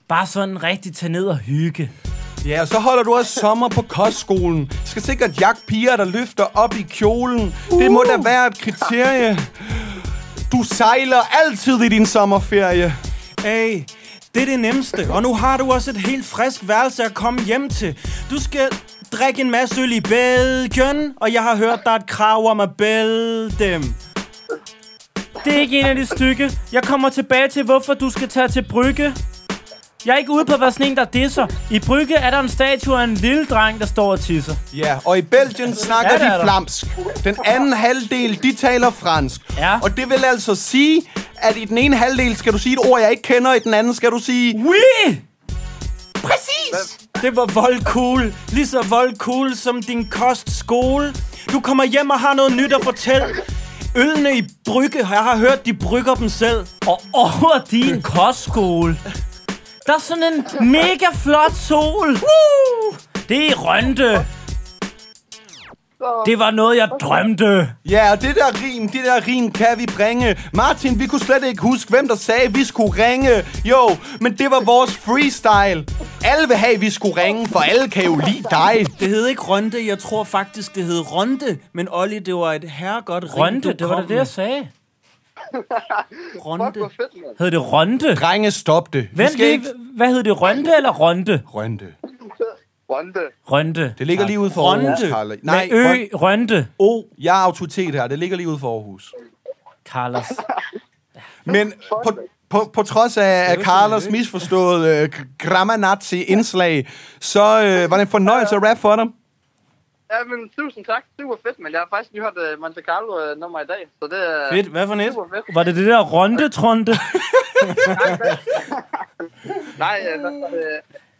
Bare sådan rigtig tage ned og hygge.
Ja, og så holder du også sommer på kostskolen. Skal sikkert jagte piger, der løfter op i kjolen. Det må da
Uh.
være et kriterie. Du sejler altid i din sommerferie.
Hey, Det er det nemmeste. Og nu har du også et helt frisk værelse at komme hjem til. Du skal drikke en masse øl i Belgien, og jeg har hørt, der er et krav om at bælge dem.
Det er ikke en af de stykke. Jeg kommer tilbage til, hvorfor du skal tage til Brygge. Jeg er ikke ude på at være sådan en, der disser. I Brygge er der en statue af en lille dreng, der står og tisser.
Ja, og i Belgien snakker
Ja, det er
de
der.
flamsk. Den anden halvdel, de taler fransk.
Ja.
Og det vil altså sige, at i den ene halvdel skal du sige et ord, jeg ikke kender, og i den anden skal du sige...
Oui!
Præcis!
Det var voldcool. Lige så voldcool som din kostskole. Du kommer hjem og har noget nyt at fortælle. Ølene i brygge, jeg har hørt, de brygger dem selv.
Og over din kostskole, der er sådan en mega flot sol. Woo! Det er i Rønte. Det var noget, jeg drømte.
Ja, og det der rim, det der rim kan vi bringe. Martin, vi kunne slet ikke huske, hvem der sagde, at vi skulle ringe. Jo, men det var vores freestyle. Alle vil have, at vi skulle ringe, for alle kan jo lide dig.
Det hed ikke Ronde, jeg tror faktisk, det hed Ronde. Men Olli, det var et herregodt rim,
Rønte,
du
det var
kom
da det, jeg sagde.
med.
Fuck,
Ronde.
hvor fedt, mand.
Hed det Rønte?
Drenge, stop det. Vi
Vent
skal
lige,
ikke...
hvad hed det? Rønte eller Rønte?
Rønte.
Ronde.
Rønte.
Det ligger lige ud for
Rønte.
Aarhus, Karla.
Nej,
Nej, Røn- Oh,
Ø, Rønte. O,
jeg er autoritet her. Det ligger lige ud for Aarhus.
Carlos.
Men på, på, på trods af, af Carlos misforståede øh, grammanazi-indslag, så øh, var det en fornøjelse at rap for dig.
Ja, men tusind tak. Super fedt, men jeg har faktisk lige hørt uh, Monte Carlo uh, nummer i dag, så det er
Fedt, hvad for net?
super fedt.
Var det det der Rønte-trunte?
Nej, uh, uh,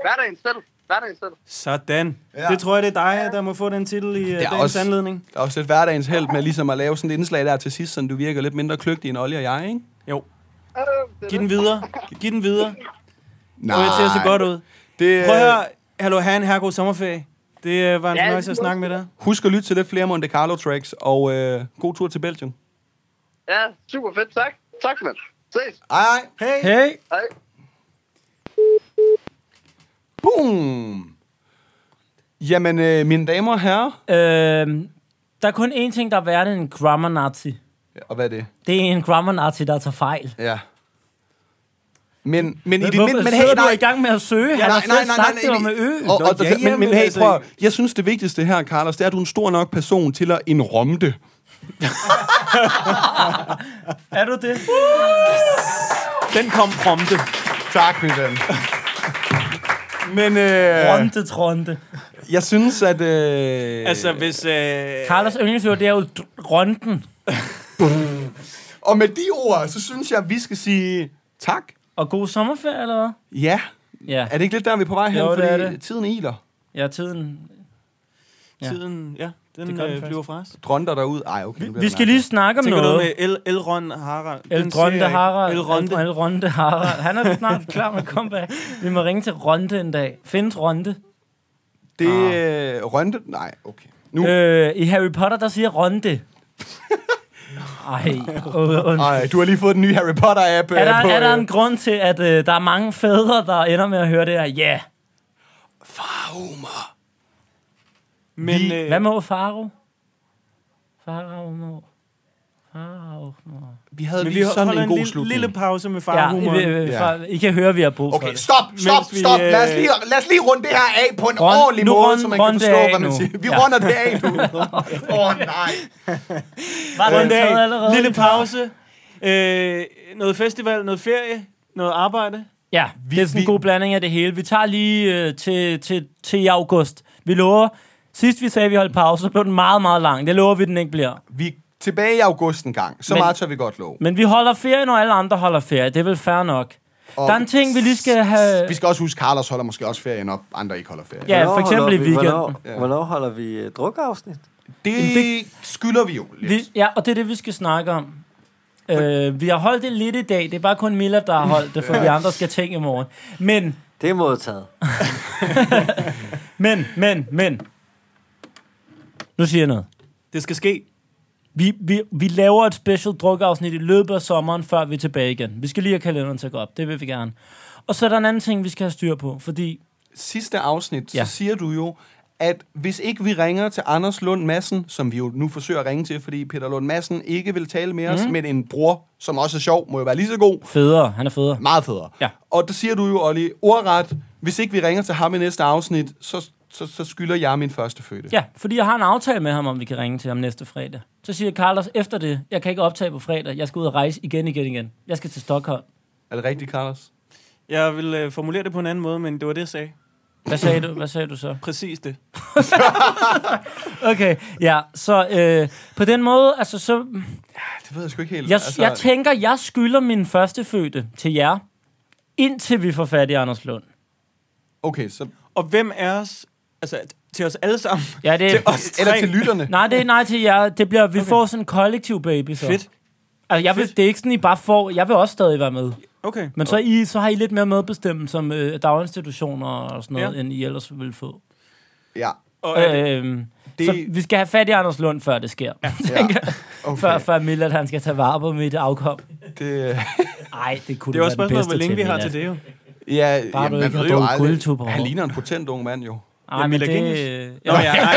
hverdagen selv. Hverdagen selv.
Sådan.
Ja.
Ja. Det tror jeg, det er dig, der må få den titel i uh,
er
dagens
også-
også... anledning.
Der er også lidt hverdagens held med ligesom at lave sådan et indslag der til sidst, så du virker lidt mindre kløgtig end Olli og jeg, ikke?
Uh, det er
Giv den videre. Giv den videre.
Nej.
Prøv at til at se godt ud.
Det,
Prøv at høre.
øh,
Hallo, have en her god sommerferie. Det uh, var en
Ja,
fornøjelse at
det må-
snakke med dig.
Husk at lytte til lidt flere Monte Carlo tracks, og øh, god tur til Belgien.
Ja, super fedt. Tak. Tak, mand. Ses.
Ej, ej.
Hey. hey.
Hej.
Boom! Jamen, øh, mine damer og herrer.
øhm, der er kun én ting, der er værre end en grammar nazi.
Og hvad er det?
Det er en grammar nazi, der tager fejl.
Ja. Men, men i det
Men, Hvorfor
mindste... Men
sidder
hey,
du
nej,
i gang med at søge? Han har selv sagt, det var med ø.
Og, og,
Nå, ja,
ja,
ja,
men, men
men
hey,
altså-
prøv, at- jeg synes, det vigtigste her, Carlos, det er, at du er en stor nok person til at indrømme det.
Er du det?
Den kom prompte.
Tak, min ven. Men øh,
Rønte, tronte.
jeg synes, at... Øh,
Altså, hvis... Øh,
Carlos yndlingsøver, det er jo dr- Rønten
Og med de ord, så synes jeg, at vi skal sige tak.
Og god sommerferie, eller hvad?
Ja.
Ja,
Er det ikke lidt der, vi er på vej hen?
Jo, det er
Fordi
det.
tiden iler.
ja tiden. Ja.
tiden, ja, den,
Det
den
gør den
øh,
faktisk.
flyver fra os.
Dronter derud. Ej, okay. nu bliver
Vi
det
skal
mærkeligt.
lige snakke om
Tænker noget. du
noget.
med El, El Ron Harald?
El
Den siger jeg
Dronte
ikke.
Harald.
El Ronde.
El Ronde Harald. Han er snart klar med comeback. Vi må ringe til Ronde en dag. Findes Ronde?
Det øh, rønte... Nej, okay. Nu.
Ah. Øh, I Harry Potter, der siger Ronde. Ej, und, und.
Ej, du har lige fået den nye Harry Potter-app.
Er,
øh,
der,
på,
er der
øh,
en grund til, at øh, der er mange fædre, der ender med at høre det her? Ja. Yeah.
Men, øh,
Hvad må Faro? Faro må... Faro må...
Vi havde
men
lige
vi holder
sådan
en,
en god
lille,
slutning.
lille pause med
Ja,
farhumor.
I, øh,
Ja.
ja. I kan høre, at vi har brug for
Okay,
det.
stop, stop,
Mens vi,
stop. Lad os,
øh,
lige, lad os lige runde det her af på en
Rund-
ordentlig
nu
måde,
rund-
så man kan
runde
forstå,
det af
hvad man
nu.
siger. Vi
Ja.
runder det af nu. Åh, oh, nej.
Var
Rundt
den taget allerede?
af. Lille pause. Øh, noget festival, noget ferie, noget arbejde.
Ja, vi, det er sådan en
vi-
god blanding af det hele. Vi tager lige øh, til, til, til i august. Vi lover... Sidst vi sagde, at vi holdt pause, så blev den meget, meget lang. Det lover vi, den ikke bliver.
Vi er tilbage i august en gang. Så
Men-
meget tør vi godt love.
Men vi holder ferie, når alle andre holder ferie. Det er vel fair nok. Der er en ting, vi lige skal have...
Vi skal også huske, Carlos holder måske også ferie, når andre ikke holder ferie.
Ja, for eksempel i
holder vi,
weekenden.
Hvornår, hvornår holder vi uh, drukafsnit?
Det, skylder vi jo lidt.
Vi, ja, og det er det, vi skal snakke om. Øh, vi har holdt det lidt i dag. Det er bare kun Miller, der har holdt det, for vi andre skal tænke i morgen. Men,
Det er modtaget.
men, men, men. Nu siger jeg noget.
Det skal ske.
Vi, vi, vi laver et special drukafsnit i løbet af sommeren, før vi er tilbage igen. Vi skal lige have kalenderen til at gå op. Det vil vi gerne. Og så er der en anden ting, vi skal have styr på, fordi...
Sidste afsnit,
Ja.
så siger du jo, at hvis ikke vi ringer til Anders Lund Madsen, som vi jo nu forsøger at ringe til, fordi Peter Lund Madsen ikke vil tale med os,
Mhm.
men en bror, som også er sjov, må jo være lige så god.
Federe. Han er federe.
Meget federe.
Ja.
Og der siger du jo, Olli, ordret, hvis ikke vi ringer til ham i næste afsnit, så, så, så skylder jeg min første fødte.
Ja, fordi jeg har en aftale med ham, om vi kan ringe til ham næste fredag. Så siger Carlos efter det, jeg kan ikke optage på fredag. Jeg skal ud og rejse igen, igen, igen. Jeg skal til Stockholm.
Er det rigtigt, Carlos?
Jeg vil øh, formulere det på en anden måde, men det var det, jeg sagde.
Hvad sagde du, hvad sagde du så?
Præcis det.
Okay, ja, så øh, på den måde, altså så...
Det ved jeg sgu ikke helt.
Jeg, altså... jeg tænker, jeg skylder min første fødte til jer, indtil vi får fat i Anders Lund.
okay, så...
Og hvem er os? Altså, t- til os alle sammen.
Ja, det
Til os
Eller
tre.
til lytterne.
Nej, det er nej til jer. Det bliver, vi okay. får sådan en kollektiv baby, så.
Fedt.
Altså, jeg vil, det er ikke sådan, I bare får... Jeg vil også stadig være med.
Okay.
Men så, er I, så har I lidt mere medbestemt som øh, daginstitutioner og sådan noget, ja.
Ja.
end I ellers ville få.
Ja.
Og er det,
Øhm, det...
det-
Så vi skal have fat i Anders Lund, før det sker. Ja.
ja.
Før,
Okay.
før Millard, han skal tage vare på mit afkom.
Det,
Nej, det kunne
det er også
være den bedste
spørgsmålet, hvor længe vi har
Millard.
til det jo.
ja,
Bare du
jamen, man
ikke har
ved jo
drukket
aldrig.
guldtub over.
Han ligner en potent ung mand, jo.
Ej, men
Milla
det...
Genius.
Øh,
Nå, ja, nej.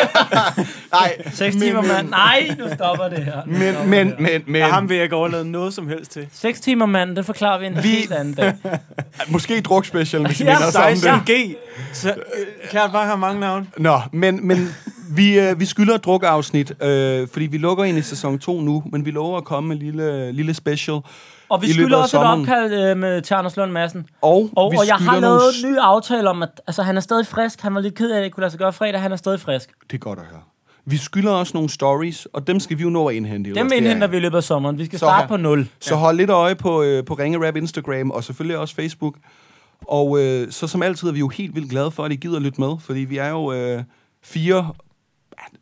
Nej,
6 timer, mand. Nej, nu stopper det her. Nu stopper
men,
det
men,
her.
men, men,
Og ham vil jeg ikke overlade noget som helst til.
6 timer, mand, det forklarer vi en vi... helt anden dag.
måske drukspecial, hvis vi
Ja,
minder os om
16
det.
G. Så, øh, kært bare har mange navne.
Nå, men, men vi, øh, vi skylder et drukafsnit, øh, fordi vi lukker ind i sæson 2 nu, men vi lover at komme med en lille, lille special.
Og vi
i løbet
skylder
af
også et
sommeren.
opkald øh, med til Anders Lund Madsen.
Og,
Og,
vi
og jeg
skylder
har
nogle
lavet
s-
en ny aftale om, at altså, han er stadig frisk. Han var lidt ked af, at det ikke kunne lade sig gøre fredag. Han er stadig frisk.
Det er godt at høre. Vi skylder også nogle stories, og dem skal vi jo nå at indhente. i
Dem
resten af-
indhenter vi i løbet af sommeren. Vi skal
Så
starte
her.
på 0.
Så hold lidt øje på, øh, på Ringe Rap Instagram, og selvfølgelig også Facebook. Og øh, så som altid er vi jo helt vildt glade for, at I gider lytte med, fordi vi er jo øh, fire,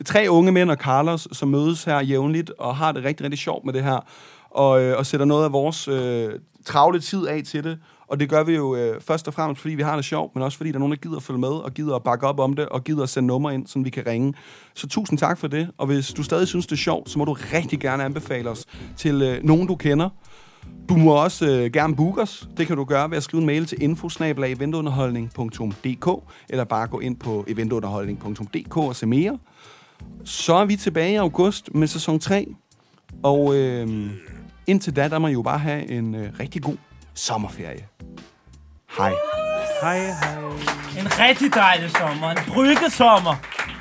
tre unge mænd og Carlos, som mødes her jævnligt, og har det rigtig, rigtig sjovt med det her, og, øh, og sætter noget af vores øh, travle tid af til det. Og det gør vi jo øh, først og fremmest, fordi vi har det sjovt, men også fordi der er nogen, der gider at følge med, og gider at bakke op om det, og gider at sende numre ind, så vi kan ringe. Så tusind tak for det, og hvis du stadig synes, det er sjovt, så må du rigtig gerne anbefale os til øh, nogen, du kender. Du må også øh, gerne booke os. Det kan du gøre ved at skrive en mail til infosnabelageventunderholdning.dk eller bare gå ind på eventunderholdning.dk og se mere. Så er vi tilbage i august med sæson 3. Og øh, indtil da, der må I jo bare have en øh, rigtig god sommerferie. Hej.
Hej, hej.
En rigtig dejlig sommer. En bryggesommer.